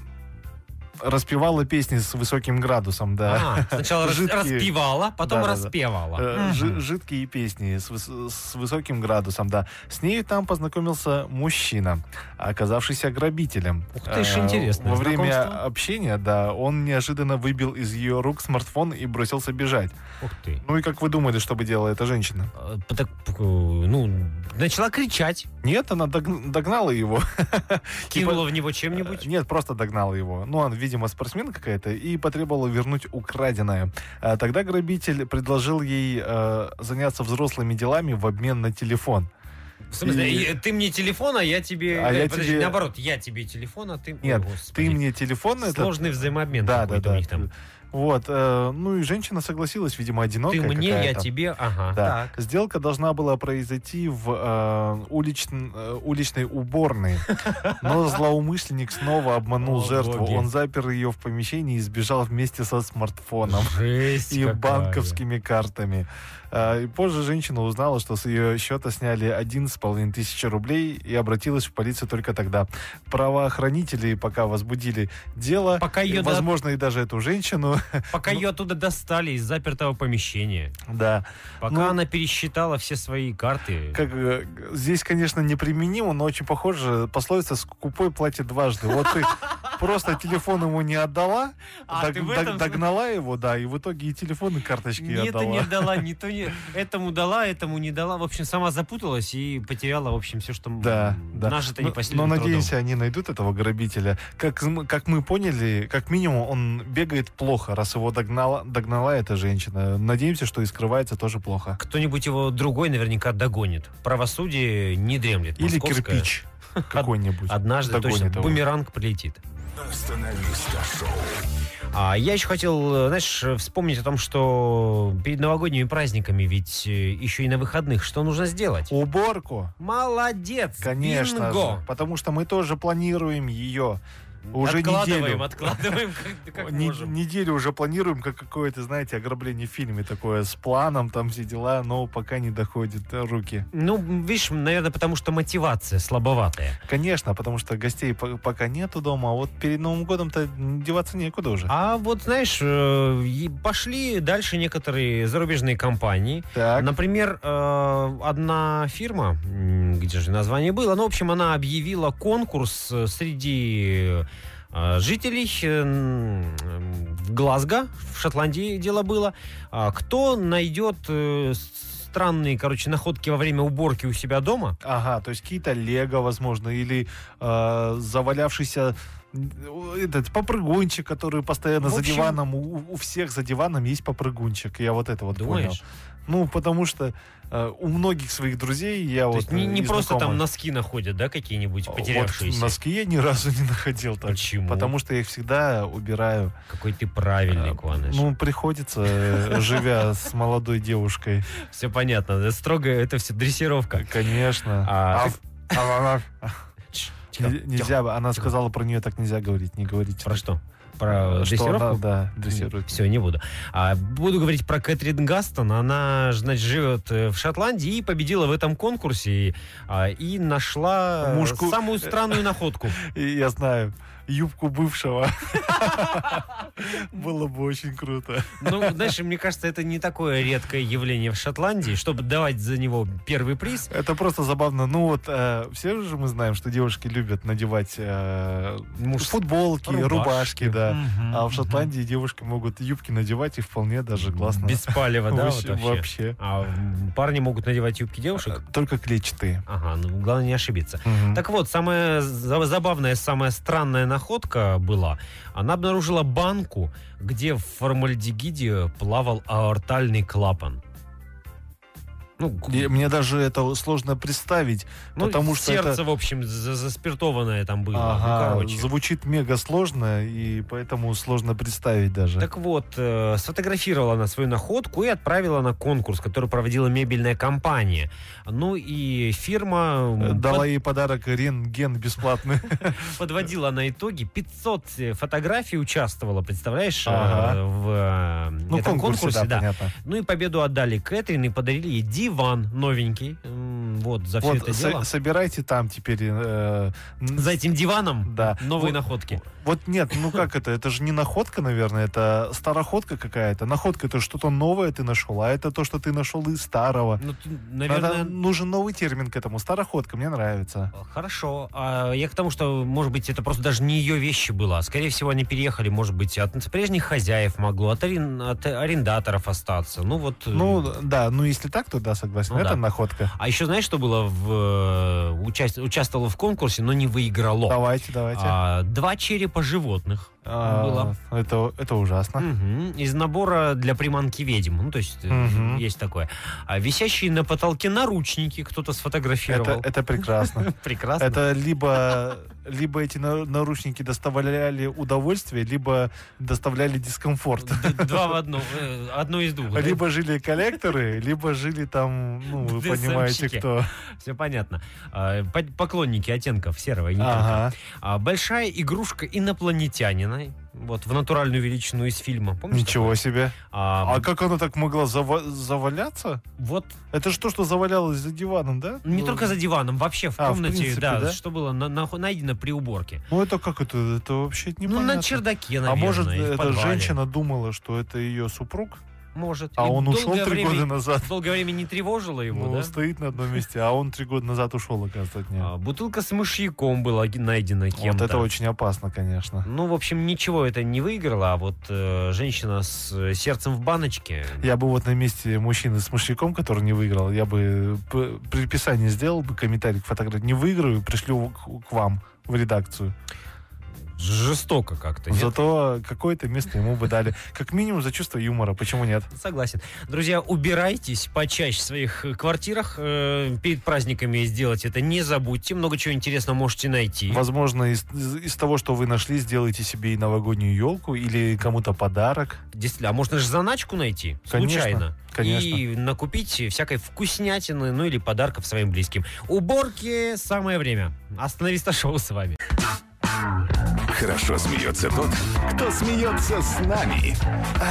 S4: распевала песни с высоким градусом, да.
S3: А,
S4: <laughs>
S3: сначала рас-
S4: Жидкие.
S3: распевала, потом
S4: Да-да-да.
S3: распевала.
S4: Э,
S3: Мгм.
S4: жи- Жидкие песни с, выс- с высоким градусом, да. С ней там познакомился мужчина, оказавшийся грабителем.
S3: Ух ты ж,
S4: Э,
S3: интересно,
S4: Во время
S3: знакомство.
S4: общения, да, он неожиданно выбил из ее рук смартфон и бросился бежать.
S3: Ух ты.
S4: Ну и как вы думали, что бы делала эта женщина?
S3: Э, так, э, ну, начала кричать,
S4: Нет, она догн- догнала его. Типа,
S3: кинула в него чем-нибудь.
S4: э, Нет, просто догнала его. Ну, он, видимо, спортсмен какая-то, и потребовала вернуть украденное. А Тогда грабитель предложил ей э, заняться взрослыми делами в обмен на телефон.
S3: В смысле,
S4: и-
S3: э, ты мне телефон, а я тебе...
S4: А
S3: э,
S4: я
S3: подожди,
S4: тебе-
S3: наоборот, я тебе телефон, а ты...
S4: Нет,
S3: Ой, господи.
S4: Ты мне телефон, это
S3: Сложный взаимообмен
S4: Да, да,
S3: какой-то у
S4: да.
S3: них там.
S4: Вот, э, ну и женщина согласилась, видимо, одинокая
S3: Ты мне, я
S4: Ну, какая-то.
S3: тебе, ага.
S4: Да. Сделка должна была произойти в э, уличн- э, уличной уборной. Но злоумышленник снова обманул
S3: О,
S4: жертву.
S3: боги.
S4: Он запер ее в помещении и сбежал вместе со смартфоном.
S3: Жесть
S4: И
S3: какая.
S4: банковскими картами. Э, И позже женщина узнала, что с ее счета сняли 11,5 тысячи рублей и обратилась в полицию только тогда. Правоохранители пока возбудили дело.
S3: Пока
S4: И,
S3: ее, до-
S4: Э, возможно, и даже
S3: <laughs>
S4: эту женщину.
S3: пока
S4: ну-
S3: ее оттуда достали из запертого помещения.
S4: Да.
S3: Пока
S4: Ну-
S3: она пересчитала все свои карты.
S4: Как, э, здесь, конечно, неприменимо, но очень похоже пословица «скупой платит дважды». Вот ты просто телефон ему не отдала,
S3: А,
S4: дог-
S3: ты в
S4: дог-
S3: этом
S4: догнала его, да, и в итоге и телефон, и карточки
S3: Не то
S4: отдала.
S3: не дала, не то не... Этому дала, этому не дала. В общем, сама запуталась и потеряла, в общем, все, что м,
S4: Да, да.
S3: нажито
S4: но,
S3: непосильным
S4: но,
S3: трудом.
S4: надеемся, они найдут этого грабителя. Как, м- как мы поняли, как минимум он бегает плохо, раз его догнала, догнала эта женщина. Надеемся, что и скрывается тоже плохо.
S3: Кто-нибудь его другой наверняка догонит. Правосудие не дремлет.
S4: Или
S3: Московское.
S4: кирпич какой-нибудь.
S3: Однажды
S4: догонит
S3: точно
S4: его.
S3: бумеранг прилетит.
S2: Остановиста шоу.
S3: А я еще хотел, э, знаешь, э, вспомнить о том, что перед новогодними праздниками ведь э, еще и на выходных что нужно сделать?
S4: Уборку.
S3: Молодец!
S4: Конечно
S3: бинго!
S4: же, потому что мы тоже планируем ее. Уже
S3: откладываем,
S4: неделю.
S3: откладываем, как, как
S4: Не-
S3: можем.
S4: Неделю уже планируем, как какое-то, знаете, ограбление в фильме такое, с планом, там все дела, но пока не доходят э, руки.
S3: Ну, видишь, наверное, потому что мотивация слабоватая.
S4: Конечно, потому что гостей по- пока нету дома, а вот перед Новым годом-то деваться некуда уже.
S3: А вот, знаешь, э, и пошли дальше некоторые зарубежные компании.
S4: так,
S3: Например, э, одна фирма, м, где же название было, ну, в общем, она объявила конкурс э, среди э, жителей э, м, э, в Глазго, в Шотландии дело было, а, кто найдет э, с- странные, короче, находки во время уборки у себя дома.
S4: ага, то есть какие-то лего, возможно, или э, завалявшийся э, этот попрыгунчик, который постоянно
S3: В
S4: за
S3: общем-
S4: диваном, у, у всех за диваном есть попрыгунчик. Я вот это вот понял.
S3: Думаешь?
S4: Ну, потому что э, у многих своих друзей я
S3: То
S4: вот...
S3: есть не,
S4: э,
S3: не
S4: из
S3: просто там
S4: знакомых- э,
S3: носки находят, да, какие-нибудь
S4: Вот
S3: потерявшиеся?
S4: носки я ни <laughs> разу не находил так.
S3: Почему?
S4: Потому что я их всегда убираю.
S3: Какой ты правильный, Куаныш.
S4: Ну, приходится, э, живя с молодой девушкой.
S3: Все понятно, да, строго это все
S4: э,
S3: дрессировка.
S4: Конечно.
S3: А,
S4: А в- а в-
S3: <laughs>
S4: а в-
S3: Тш, тихо,
S4: Нельзя, нельзя, она
S3: тихо.
S4: сказала про нее так нельзя говорить, не говорить.
S3: Про что? Про
S4: Э, Что она,
S3: дрессировку?
S4: да, дрессирует.
S3: Все, не буду. А, буду говорить про Кэтрин Гастон. Она, ж, значит, живет э, в Шотландии и победила в этом конкурсе. И, а, и нашла э,
S4: Мушку.
S3: самую странную находку.
S4: И я знаю,
S3: <laughs>
S4: юбку бывшего. <laughs> Было бы очень круто.
S3: Ну, знаешь, мне кажется, это не такое редкое явление в Шотландии, чтобы давать за него первый приз.
S4: Это просто забавно. Ну вот, э, все же мы знаем, что девушки любят надевать э,
S3: Муж-
S4: футболки, рубашки,
S3: рубашки.
S4: да.
S3: Мгм,
S4: а в
S3: мгм.
S4: Шотландии девушки могут юбки надевать и вполне даже классно.
S3: Без палева, да, вот
S4: Вообще-
S3: вообще.
S4: вообще.
S3: А м, парни могут надевать юбки девушек?
S4: Только клетчатые.
S3: Ага, ну главное не ошибиться.
S4: Мгм.
S3: Так вот, самая за- забавная, самая странная находка была. Она обнаружила банку, где в формальдегиде плавал аортальный клапан. Ну, к-
S4: И Мне даже это сложно представить,
S3: ну,
S4: потому что
S3: сердце,
S4: это
S3: в общем, за- заспиртованное там было. Ну,
S4: Ага,
S3: короче.
S4: звучит мега сложно, и поэтому сложно представить даже.
S3: Так вот, э, сфотографировала она свою находку и отправила на конкурс, который проводила мебельная компания. Ну и фирма
S4: Э,
S3: м,
S4: Дала ей подарок рентген
S3: <laughs>
S4: бесплатный.
S3: под- подводила на итоги 500 фотографий участвовала, представляешь, э,
S4: Ага.
S3: в э,
S4: Ну,
S3: этом
S4: конкурсе, да, понятно.
S3: Ну и победу отдали Кэтрин и подарили ей диван новенький. М, Вот за все
S4: Вот,
S3: это
S4: со-
S3: дело.
S4: собирайте там теперь. э, н-
S3: За этим диваном
S4: Да.
S3: новые
S4: Вот-
S3: находки.
S4: Вот нет, ну как это? Это же не находка, наверное, это староходка какая-то. Находка это что-то новое ты нашел, а это то, что ты нашел из старого.
S3: Ну, ты,
S4: Надо-
S3: наверное,
S4: нужен новый термин к этому. Староходка, мне нравится.
S3: Хорошо. А я к тому, что, может быть, это просто даже не ее вещи было. Скорее всего, они переехали, может быть, от прежних хозяев могло, от, арен- от арендаторов остаться. Ну вот. э,
S4: Ну да, ну если так, то да, согласен.
S3: Ну
S4: это
S3: да.
S4: находка.
S3: А еще знаешь, что было в э, участ- участвовало в конкурсе, но не выиграло.
S4: Давайте, давайте.
S3: А, два черепа животных
S4: А,
S3: было.
S4: Это, это ужасно.
S3: Мгм. Из набора для приманки ведьм. Ну, то есть э,
S4: Мгм.
S3: есть такое. А висящие на потолке наручники кто-то
S4: Это,
S3: сфотографировал. <laughs>
S4: это прекрасно.
S3: прекрасно.
S4: Это либо, либо эти на- наручники доставляли удовольствие, либо доставляли дискомфорт.
S3: Д- Два в одно. э, Одно из двух. да?
S4: Либо жили коллекторы, либо жили там, ну, вы
S3: ДСМщики.
S4: понимаете, кто.
S3: Все понятно. А, по- Поклонники оттенков серого и не только.
S4: Ага.
S3: А, Большая игрушка инопланетянина. Вот, в натуральную величину из фильма. Помнишь?
S4: Ничего
S3: такое?
S4: себе.
S3: А,
S4: А как оно так могло зава- заваляться?
S3: Вот
S4: Это же то, что завалялось за диваном, да?
S3: не
S4: Ну,
S3: только за диваном, вообще в
S4: А, в
S3: комнате,
S4: принципе,
S3: да,
S4: да?
S3: что было на- на- найдено при уборке.
S4: Ну, это как это? Это вообще не
S3: Ну, на чердаке,
S4: А
S3: наверное.
S4: может,
S3: или в
S4: эта
S3: подвале.
S4: женщина думала, что это ее супруг,
S3: Может.
S4: а
S3: И
S4: он ушел
S3: долгое
S4: три
S3: время-
S4: года назад.
S3: Долгое время не тревожило <laughs> его,
S4: Ну,
S3: да?
S4: стоит на одном месте, а он три года назад ушел, оказывается, от нее.
S3: А, Бутылка с мышьяком была г- найдена
S4: Вот
S3: кем-то.
S4: это очень опасно, конечно.
S3: Ну, в общем, ничего это не выиграло, а вот э, женщина с э, сердцем в баночке.
S4: Я бы вот на месте мужчины с мышьяком, который не выиграл, я бы э, п- приписание сделал бы, комментарий к фотографии. Не выиграю, пришлю к, к вам в редакцию.
S3: Жестоко как-то. нет?
S4: Зато какое-то место ему бы дали. Как минимум за чувство юмора. Почему нет?
S3: Согласен. Друзья, убирайтесь почаще в своих э, квартирах. Э, Перед праздниками сделать это не забудьте. Много чего интересного можете найти.
S4: Возможно, из, из- из того, что вы нашли, сделайте себе и новогоднюю елку, или кому-то подарок.
S3: Действительно, а можно же заначку найти.
S4: Конечно,
S3: случайно.
S4: конечно.
S3: И накупить всякой вкуснятины, ну или подарков своим близким. Уборки самое время. Остановись на шоу с вами.
S2: Хорошо смеется тот, кто смеется с нами.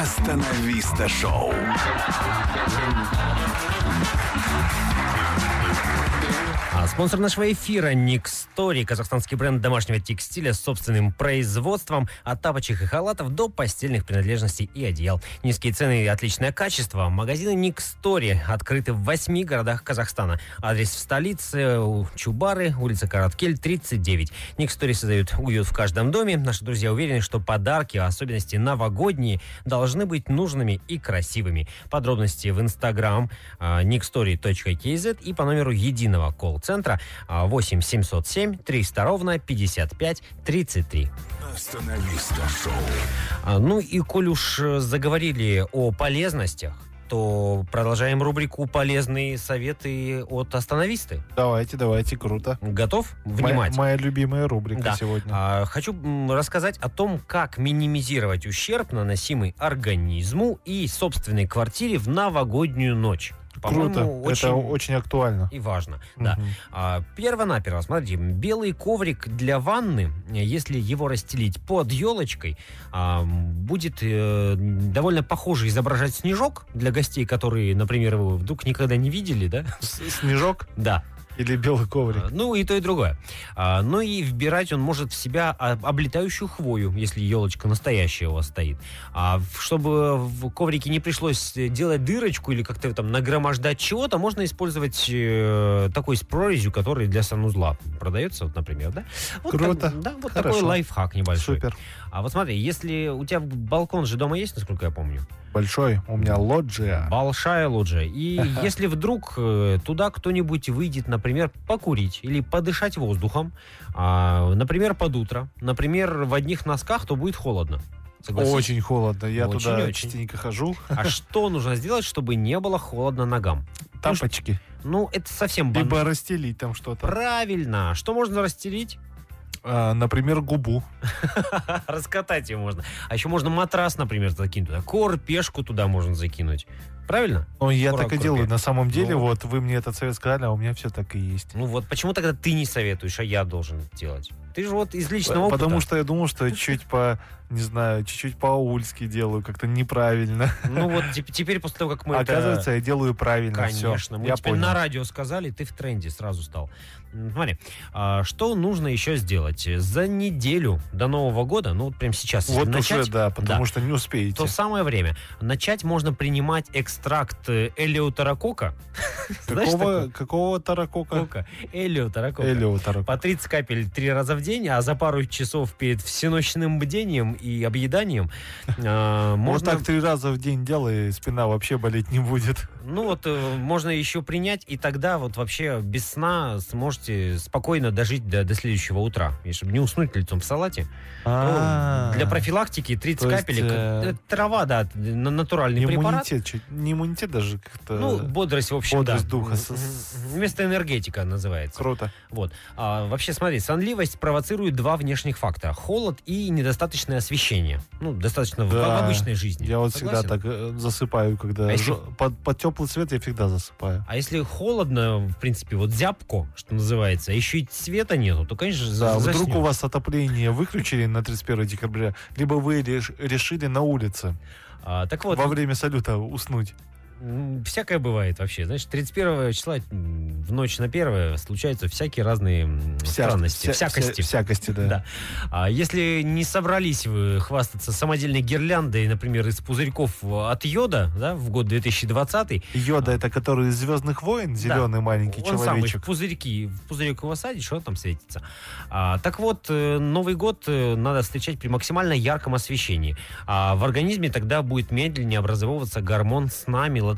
S2: Остановиста шоу.
S3: А спонсор нашего эфира Никстори, казахстанский бренд домашнего текстиля с собственным производством от тапочек и халатов до постельных принадлежностей и одеял. Низкие цены и отличное качество. Магазины Никстори открыты в восьми городах Казахстана. Адрес в столице у Чубары, улица Караткель, 39. Никстори создают уют в каждом доме. Наши друзья уверены, что подарки, в особенности новогодние, должны быть нужными и красивыми. Подробности в инстаграм а, nixtory.kz и по номеру единого колл-центра а, 8 707 300 ровно 55 33.
S2: Остановиста шоу.
S3: А, Ну и коль уж э, заговорили о полезностях, то продолжаем рубрику «Полезные советы от остановисты».
S4: Давайте, давайте, круто.
S3: Готов?
S4: Моя-
S3: Внимать.
S4: Моя, любимая рубрика
S3: Да.
S4: сегодня.
S3: А, Хочу м, рассказать о том, как минимизировать ущерб, наносимый организму и собственной квартире в новогоднюю ночь.
S4: круто.
S3: По-моему,
S4: Это очень актуально.
S3: и важно. Да.
S4: Мгм.
S3: А, Первонаперво, смотри, белый коврик для ванны, если его расстелить под елочкой, а, будет э, довольно похоже изображать снежок для гостей, которые, например, его вдруг никогда не видели, да? <laughs>
S4: С- Снежок
S3: Да.
S4: или белый
S3: А,
S4: коврик?
S3: Ну и то, и другое. А, Ну и вбирать он может в себя а, облетающую хвою, если елочка настоящая у вас стоит. А в- чтобы в коврике не пришлось э, делать дырочку или как-то там нагромождать чего-то, можно использовать э, такой с прорезью, который для санузла продается, вот, например, да? Вот так-
S4: Круто.
S3: да, вот
S4: Хорошо.
S3: такой лайфхак небольшой.
S4: Супер.
S3: А вот смотри, если у тебя балкон же дома есть, насколько я помню,
S4: Большой. У меня лоджия.
S3: Большая лоджия.
S4: <laughs>
S3: И
S4: Ага.
S3: если вдруг э, туда кто-нибудь выйдет, например, покурить или подышать воздухом, а, например, под утро, например, в одних носках, то будет холодно. Согласись?
S4: Очень холодно. Я туда
S3: Очень-очень.
S4: частенько хожу.
S3: А что нужно сделать, чтобы не было холодно ногам?
S4: Тапочки.
S3: Ну, это совсем банально.
S4: Либо расстелить там что-то.
S3: Правильно. Что можно расстелить? <laughs>
S4: А, Например, губу.
S3: Раскатать ее можно. А еще можно матрас, например, закинуть туда. Корпешку туда можно закинуть. Правильно?
S4: Но Ну, я
S3: Ура,
S4: так и
S3: круто.
S4: делаю. На самом деле,
S3: Ну.
S4: вот вы мне этот совет сказали, а у меня все так и есть.
S3: Ну вот, почему тогда ты не советуешь, а я должен делать? Ты же вот из личного опыта.
S4: Потому что я думал, что чуть по, не знаю, чуть-чуть по-аульски делаю, как-то неправильно.
S3: Ну вот теп- теперь после того, как <laughs> мы это-
S4: Оказывается, я делаю правильно. Всё,
S3: Конечно, мы
S4: я
S3: теперь
S4: понял.
S3: на радио сказали, ты в тренде сразу стал. М, Смотри, а, что нужно еще сделать? За неделю до Нового года, ну вот прям сейчас, если
S4: Вот
S3: начать,
S4: уже, да, потому
S3: да.
S4: что не успеете.
S3: то самое время. Начать можно принимать экстракт э, элеутерокока. Знаешь
S4: Какого,
S3: такой?
S4: какого таракока?
S3: Кока. Элеутерокока.
S4: Элио таракока.
S3: По 30 капель три раза в день, а за пару часов перед всеночным бдением и объеданием э,
S4: Вот
S3: можно...
S4: так три раза в день делай, спина вообще болеть не будет.
S3: Ну вот, э, можно еще принять, и тогда вот вообще без сна сможете спокойно дожить до, до следующего утра. И чтобы не уснуть лицом в салате. Ну, Для профилактики 30
S4: А. То есть,
S3: капелек.
S4: э,
S3: э, Трава, да, на- натуральный препарат.
S4: Иммунитет чуть. Не иммунитет даже как-то.
S3: Ну, бодрость, в общем,
S4: бодрость
S3: да.
S4: духа. С-
S3: Мгм.
S4: с-
S3: Вместо энергетика называется.
S4: Круто.
S3: Вот. А, вообще, смотри, сонливость провоцирует два внешних фактора. Холод и недостаточное освещение. Ну, достаточно в-
S4: Да.
S3: в, обычной жизни.
S4: Я вот
S3: Согласен?
S4: всегда так э, засыпаю, когда
S3: А если-
S4: жё- под, теплый цвет я всегда засыпаю.
S3: А если холодно, в принципе, вот зябко, что называется, а еще и света нету, то, конечно,
S4: Да,
S3: за-
S4: вдруг
S3: заснёшь.
S4: у вас отопление выключили на 31 декабря, либо вы реш- решили на улице
S3: А, так вот,
S4: во время салюта уснуть.
S3: м, всякое бывает вообще. Значит, 31 числа м, в ночь на 1 случаются всякие разные м,
S4: Вся-
S3: странности,
S4: вся-
S3: всякости.
S4: вся- всякости, да.
S3: Да. А если не собрались вы хвастаться самодельной гирляндой, например, из пузырьков от йода, да, в год 2020,
S4: Йода это который из Звездных войн, зеленый маленький
S3: он самый, в
S4: человечек.
S3: пузырьки, в пузырек его садишь, он там светится. А, так вот, э, Новый год э, надо встречать при максимально ярком освещении. А в организме тогда будет медленнее образовываться гормон сна мелатонин.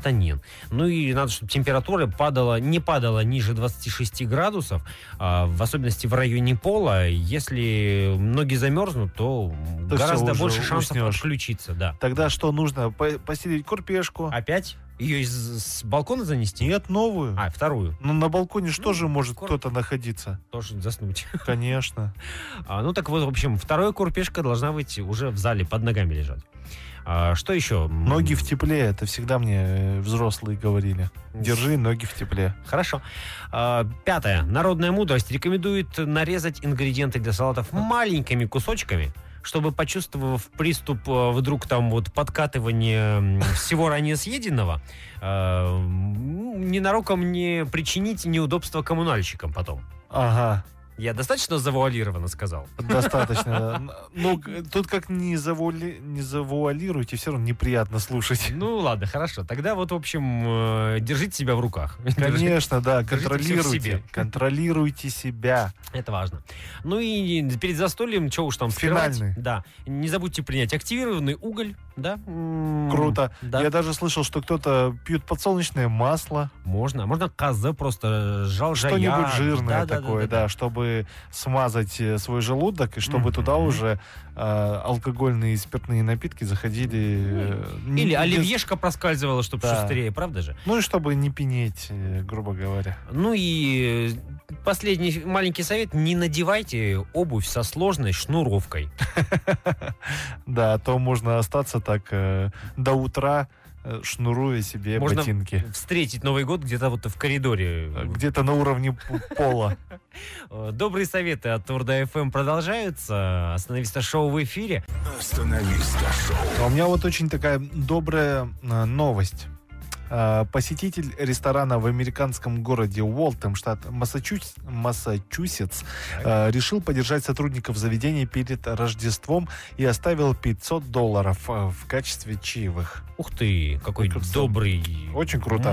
S3: Ну и надо, чтобы температура падала, не падала ниже 26 градусов, а, в особенности в районе пола. Если ноги замерзнут, то, м,
S4: То всё,
S3: гораздо
S4: уже
S3: больше шансов
S4: уснёшь.
S3: отключиться, да.
S4: Тогда что нужно? По- Постелить курпешку.
S3: Опять? Ее из, с балкона занести?
S4: Нет, новую.
S3: А, вторую.
S4: Ну, на балконе что
S3: Ну,
S4: же может
S3: кор-
S4: кто-то находиться?
S3: Тоже заснуть.
S4: Конечно.
S3: А, ну так вот, в общем, вторая курпешка должна быть уже в зале под ногами лежать. А, что еще? М,
S4: Ноги в тепле, это всегда мне э, взрослые говорили. Держи ноги в тепле.
S3: Хорошо. А, пятое. Народная мудрость рекомендует нарезать ингредиенты для салатов маленькими кусочками, чтобы, почувствовав приступ э, вдруг там вот подкатывания м, всего ранее съеденного, э, м, ненароком не причинить неудобства коммунальщикам потом.
S4: Ага,
S3: Я достаточно завуалированно сказал?
S4: <laughs> достаточно. Ну, г- тут как не завуали- не завуалируйте, все равно неприятно слушать. <laughs>
S3: Ну ладно, хорошо. Тогда вот, в общем, э, держите себя в руках. <laughs>
S4: Конечно, да,
S3: Держите всё в себе.
S4: контролируйте. Контролируйте себя.
S3: Это важно. Ну и перед застольем, что уж там скрывать.
S4: Финальный.
S3: Да. Не забудьте принять активированный уголь, да? М,
S4: Круто.
S3: Да.
S4: Я даже слышал, что кто-то пьет подсолнечное масло,
S3: Можно. А Можно козы просто жал
S4: что-нибудь жирное такое, да, чтобы смазать э, свой желудок и чтобы
S3: Мгм.
S4: туда уже э, алкогольные и спиртные напитки заходили. э, не-
S3: Или
S4: не-
S3: оливьешка проскальзывала, чтобы
S4: Да.
S3: шустрее, правда же?
S4: Ну и чтобы не пенеть, э, грубо говоря.
S3: Ну и э, последний маленький совет. Не надевайте обувь со сложной шнуровкой.
S4: Да, а то можно остаться так э, до утра, э, шнуруя себе
S3: Можно-
S4: ботинки.
S3: Встретить Новый год где-то вот в коридоре.
S4: Э, Где-то на уровне п- пола.
S3: Э, Добрые советы от Турда ФМ продолжаются. Остановись шоу в эфире.
S2: Остановиста шоу.
S4: А У меня вот очень такая добрая э, новость. Э, Посетитель ресторана в американском городе Уолтем, штат Массачусетс, Массачусетс э, решил поддержать сотрудников заведения перед Рождеством и оставил 500 долларов э, в качестве чаевых.
S3: Ух ты, какой
S4: Как
S3: добрый.
S4: Очень круто.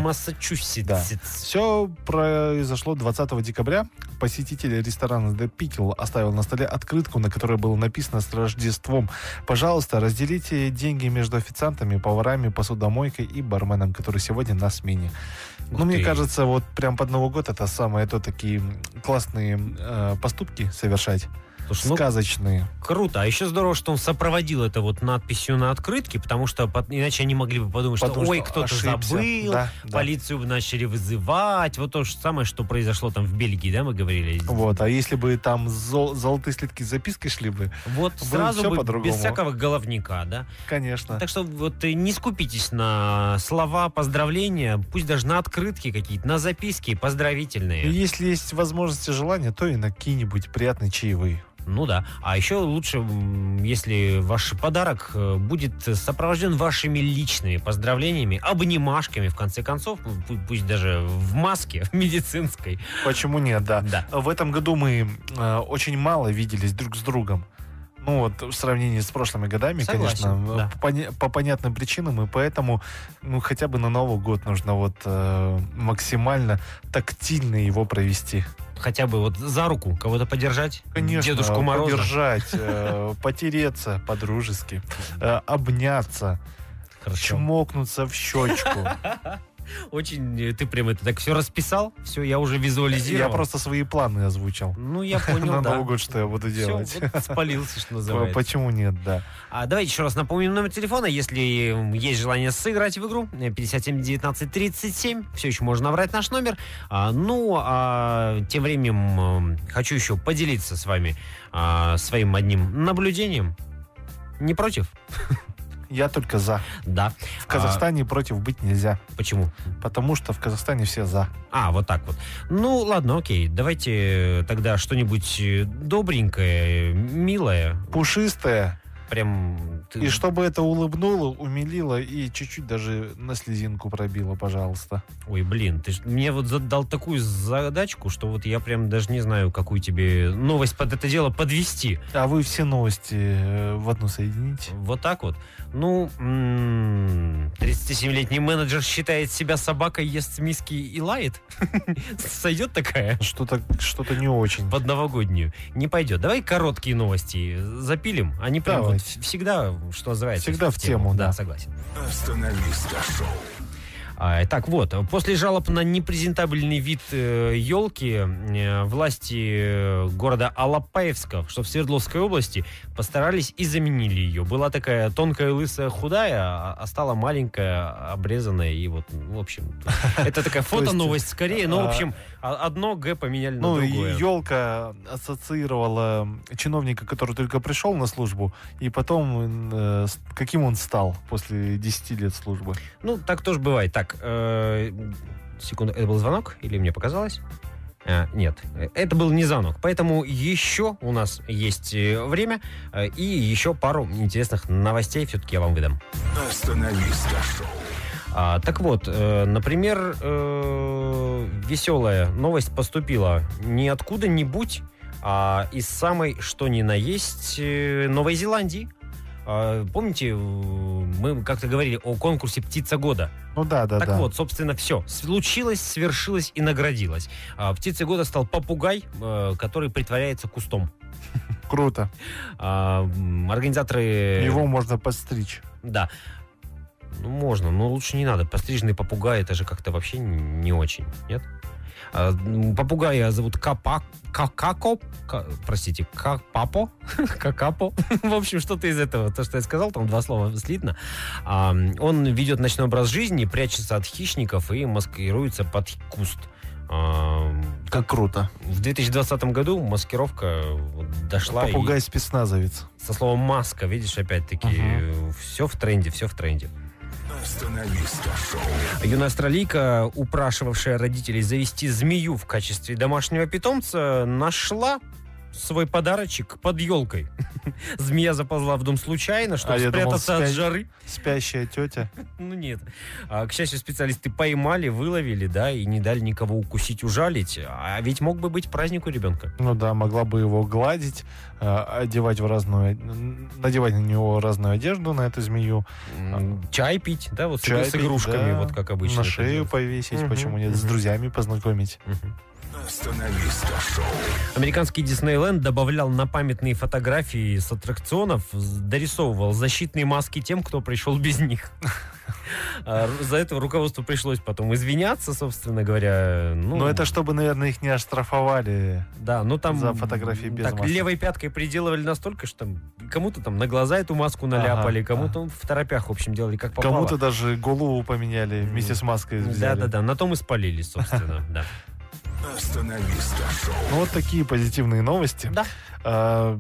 S3: Массачусетс.
S4: Все произошло 20 декабря. Посетитель ресторана The Pickle оставил на столе открытку, на которой было написано «С Рождеством». Пожалуйста, разделите деньги между официантами, поварами, посудомойкой и барменом, который сегодня на смене.
S3: Ух
S4: ну, мне
S3: ты.
S4: кажется, вот прям под Новый год это самое то такие м, классные э, поступки совершать.
S3: Слушай, ну,
S4: Сказочные.
S3: Круто. А еще здорово, что он сопроводил это вот надписью на открытке, потому что под- иначе они могли бы подумать,
S4: Потому
S3: что ой,
S4: что
S3: кто-то
S4: ошибся».
S3: забыл,
S4: Да, да.
S3: полицию бы начали вызывать. Вот то же самое, что произошло там в Бельгии, да, мы говорили?
S4: Вот, а если бы там зол- золотые слитки с запиской шли бы,
S3: Вот
S4: Было
S3: сразу
S4: всё
S3: бы
S4: по-другому.
S3: без всякого головника, да?
S4: конечно.
S3: Так что вот э, не скупитесь на слова поздравления, пусть даже на открытки какие-то, на записки
S4: И
S3: поздравительные.
S4: если есть возможность и желание, то и на какие-нибудь приятные чаевые.
S3: Ну да. А еще лучше, м, если ваш подарок э, будет сопровожден вашими личными поздравлениями, обнимашками, в конце концов, пу- пусть даже в маске <laughs> медицинской.
S4: Почему нет, да.
S3: Да.
S4: В этом году мы э, очень мало виделись друг с другом. Ну вот, в сравнении с прошлыми годами,
S3: Согласен,
S4: конечно,
S3: да.
S4: по, поня- по понятным причинам, и поэтому, ну, хотя бы на Новый год нужно вот э, максимально тактильно его провести.
S3: Хотя бы вот за руку кого-то подержать.
S4: Конечно,
S3: Дедушку Мороза.
S4: подержать,
S3: <laughs>
S4: э, потереться по-дружески, э, обняться,
S3: Хорошо.
S4: чмокнуться
S3: <laughs>
S4: в щечку.
S3: Очень э, ты прям это так все расписал, все, я уже
S4: Я
S3: визуализировал.
S4: просто свои планы озвучил
S3: Ну, я
S4: на <laughs>
S3: понял, да.
S4: Новый год, что я буду
S3: Всё,
S4: делать.
S3: вот спалился, что называется.
S4: Почему нет, да.
S3: А давайте еще раз напомним номер телефона, если м, есть желание сыграть в игру. э, 57 19 37. Все еще можно набрать наш номер. А, ну, а тем временем э, хочу еще поделиться с вами а, своим одним наблюдением. Не против?
S4: Я только за.
S3: Да.
S4: В Казахстане против быть нельзя,
S3: А, почему?
S4: потому что в Казахстане все за.
S3: А, вот так вот. Ну, ладно, окей. Давайте э, тогда что-нибудь э, добренькое, э, милое.
S4: Пушистые.
S3: Прям... ты-
S4: И чтобы это улыбнуло, умилило и чуть-чуть даже на слезинку пробило, пожалуйста.
S3: Ой, блин, ты ж мне вот задал такую задачку, что вот я прям даже не знаю, какую тебе новость под это дело подвести.
S4: А вы все новости э, в одну соедините.
S3: Вот так вот. Ну, м, 37-летний менеджер считает себя собакой, ест миски и лает. <laughs> Сойдет такая
S4: Что-то что-то не очень.
S3: под новогоднюю? Не пойдет. Давай короткие новости запилим. Они прям вот
S4: Давайте.
S3: в- всегда, что называется,
S4: Всегда в тему,
S3: Да,
S4: да.
S3: согласен.
S2: Остановиста шоу.
S3: А, Так вот, после жалоб на непрезентабельный вид елки власти э, города Алапаевска, что в Свердловской области, постарались и заменили ее. Была такая тонкая, лысая, худая, а а стала маленькая, обрезанная. И вот, ну, в общем, это такая фото-новость скорее. Но, в общем, а- одно Г поменяли на
S4: Ну,
S3: другое.
S4: елка ассоциировала чиновника, который только пришел на службу, и потом э, с- каким он стал после 10 лет службы.
S3: Ну, так тоже бывает. Так, э, секунду, это был звонок или мне показалось? А, нет, э, это был не звонок. Поэтому еще у нас есть э, время э, и еще пару интересных новостей все-таки я вам выдам.
S2: Остановиста шоу.
S3: А, так вот, э, например, веселая новость поступила не откуда-нибудь, а из самой что ни на есть э, Новой Зеландии. А, помните, э, мы как-то говорили о конкурсе «Птица года».
S4: Ну да, да,
S3: Так
S4: да.
S3: вот, собственно, все. Случилось, свершилось и наградилось. А, птицей года стал попугай, э, который притворяется кустом.
S4: Круто.
S3: А, м, организаторы...
S4: Его можно подстричь.
S3: Да. Ну, можно, но лучше не надо. Постриженный попугай, это же как-то вообще н- не очень, нет? А, м, попугая зовут Капа... Какако? Ка- простите, Капапо? <laughs> Какапо? <laughs> В общем, что-то из этого. То, что я сказал, там два слова слитно. А, м, он ведет ночной образ жизни, прячется от хищников и маскируется под куст. А, м,
S4: Как круто.
S3: в 2020 году маскировка э, вот дошла... и-
S4: Попугай спецназовец.
S3: со словом маска, видишь, опять-таки,
S4: Ага.
S3: все в тренде, все в тренде.
S2: Остановиста шоу.
S3: Юная австралийка, упрашивавшая родителей завести змею в качестве домашнего питомца, нашла свой подарочек под елкой. <laughs> Змея заползла в дом случайно, чтобы
S4: А я думал,
S3: спрятаться от
S4: спя-
S3: жары.
S4: Спящая тетя.
S3: Ну нет. А, к счастью, специалисты поймали, выловили, да, и не дали никого укусить, ужалить. А ведь мог бы быть праздник у ребенка.
S4: Ну да, могла бы его гладить, э, одевать в разную, н- надевать на него разную одежду, на эту змею.
S3: М, Чай пить, да, вот с-
S4: А. Чай
S3: с
S4: пить,
S3: игрушками,
S4: да,
S3: вот как обычно.
S4: На
S3: это
S4: шею
S3: делается.
S4: повесить,
S3: Мгм,
S4: почему нет, с
S3: мгм.
S4: друзьями познакомить.
S3: Мгм.
S2: Остановиста шоу.
S3: Американский Диснейленд добавлял на памятные фотографии с аттракционов, с- дорисовывал защитные маски тем, кто пришел без
S4: <laughs>
S3: них. А, ру- За это руководству пришлось потом извиняться, собственно говоря. Ну,
S4: Но это чтобы, наверное, их не оштрафовали.
S3: Да, ну там...
S4: за фотографии без
S3: Так,
S4: маски.
S3: левой пяткой приделывали настолько, что там кому-то там на глаза эту маску наляпали,
S4: Ага,
S3: кому-то в торопях, в общем, делали как попало.
S4: Кому-то даже голову поменяли вместе с маской. взяли.
S3: Да-да-да, на том и спалились,
S4: <laughs>
S3: собственно, да.
S2: Остановиста шоу.
S4: Ну, вот такие позитивные новости.
S3: Да.
S4: А,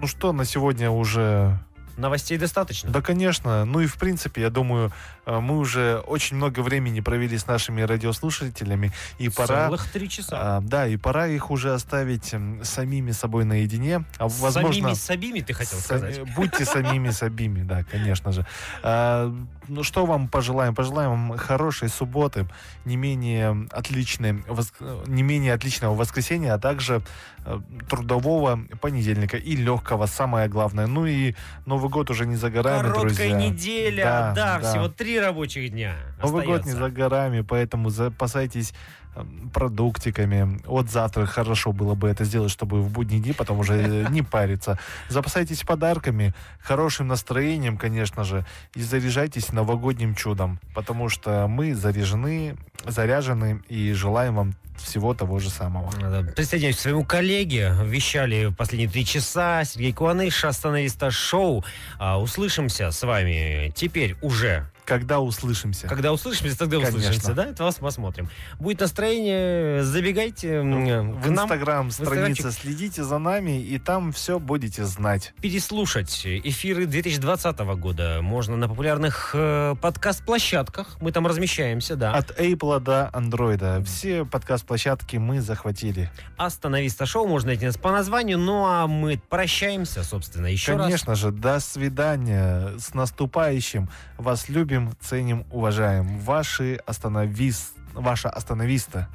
S4: ну что, на сегодня уже...
S3: Новостей достаточно.
S4: Да, конечно. Ну и, в принципе, я думаю, а, мы уже очень много времени провели с нашими радиослушателями, и пора...
S3: Целых три часа.
S4: а, да, и пора их уже оставить м, самими собой наедине. А,
S3: С
S4: возможно,
S3: Самими сабими, ты хотел
S4: Са-
S3: сказать.
S4: э, Будьте самими собими, да, конечно же. А, Ну, что вам пожелаем? Пожелаем вам хорошей субботы, не менее, отличной, воск- не менее отличного воскресенья, а также э, трудового понедельника и легкого, самое главное. Ну и Новый год уже не за горами,
S3: Короткая
S4: друзья.
S3: неделя, да,
S4: Да, да.
S3: всего три рабочих дня.
S4: Новый год не
S3: остается.
S4: за горами, поэтому запасайтесь э, продуктиками. От завтра хорошо было бы это сделать, чтобы в будние дни потом уже э,
S3: <laughs>
S4: не париться. Запасайтесь подарками, хорошим настроением, конечно же, и заряжайтесь новогодним чудом, потому что мы заряжены, заряжены и желаем вам всего того же самого.
S3: Надо Присоединяюсь к своему коллеге. Вещали последние три часа. Сергей Куаныш, остановиста шоу. А, услышимся с вами теперь уже.
S4: Когда услышимся?
S3: Когда услышимся, тогда
S4: Конечно.
S3: услышимся. Да, это вас посмотрим. Будет настроение, забегайте м, к
S4: Ну, В
S3: нам
S4: инстаграм страница
S3: инстаграмчик.
S4: следите за нами, и там все будете знать.
S3: переслушать эфиры 2020 года. Можно на популярных э, подкаст-площадках. Мы там размещаемся, да.
S4: От Apple до Android. Все подкаст-площадки мы захватили.
S3: Остановиста шоу можно найти нас по названию. Ну а мы прощаемся, собственно, еще раз.
S4: Конечно же, до свидания. С наступающим. Вас любим, ценим, уважаем. Ваши остановис... Ваша остановиста.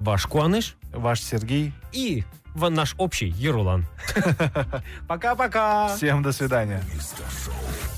S3: Ваш Куаныш
S4: Ваш Сергей.
S3: и ва- наш общий Ерулан. Пока-пока.
S4: Всем до свидания.
S2: Остановиста шоу.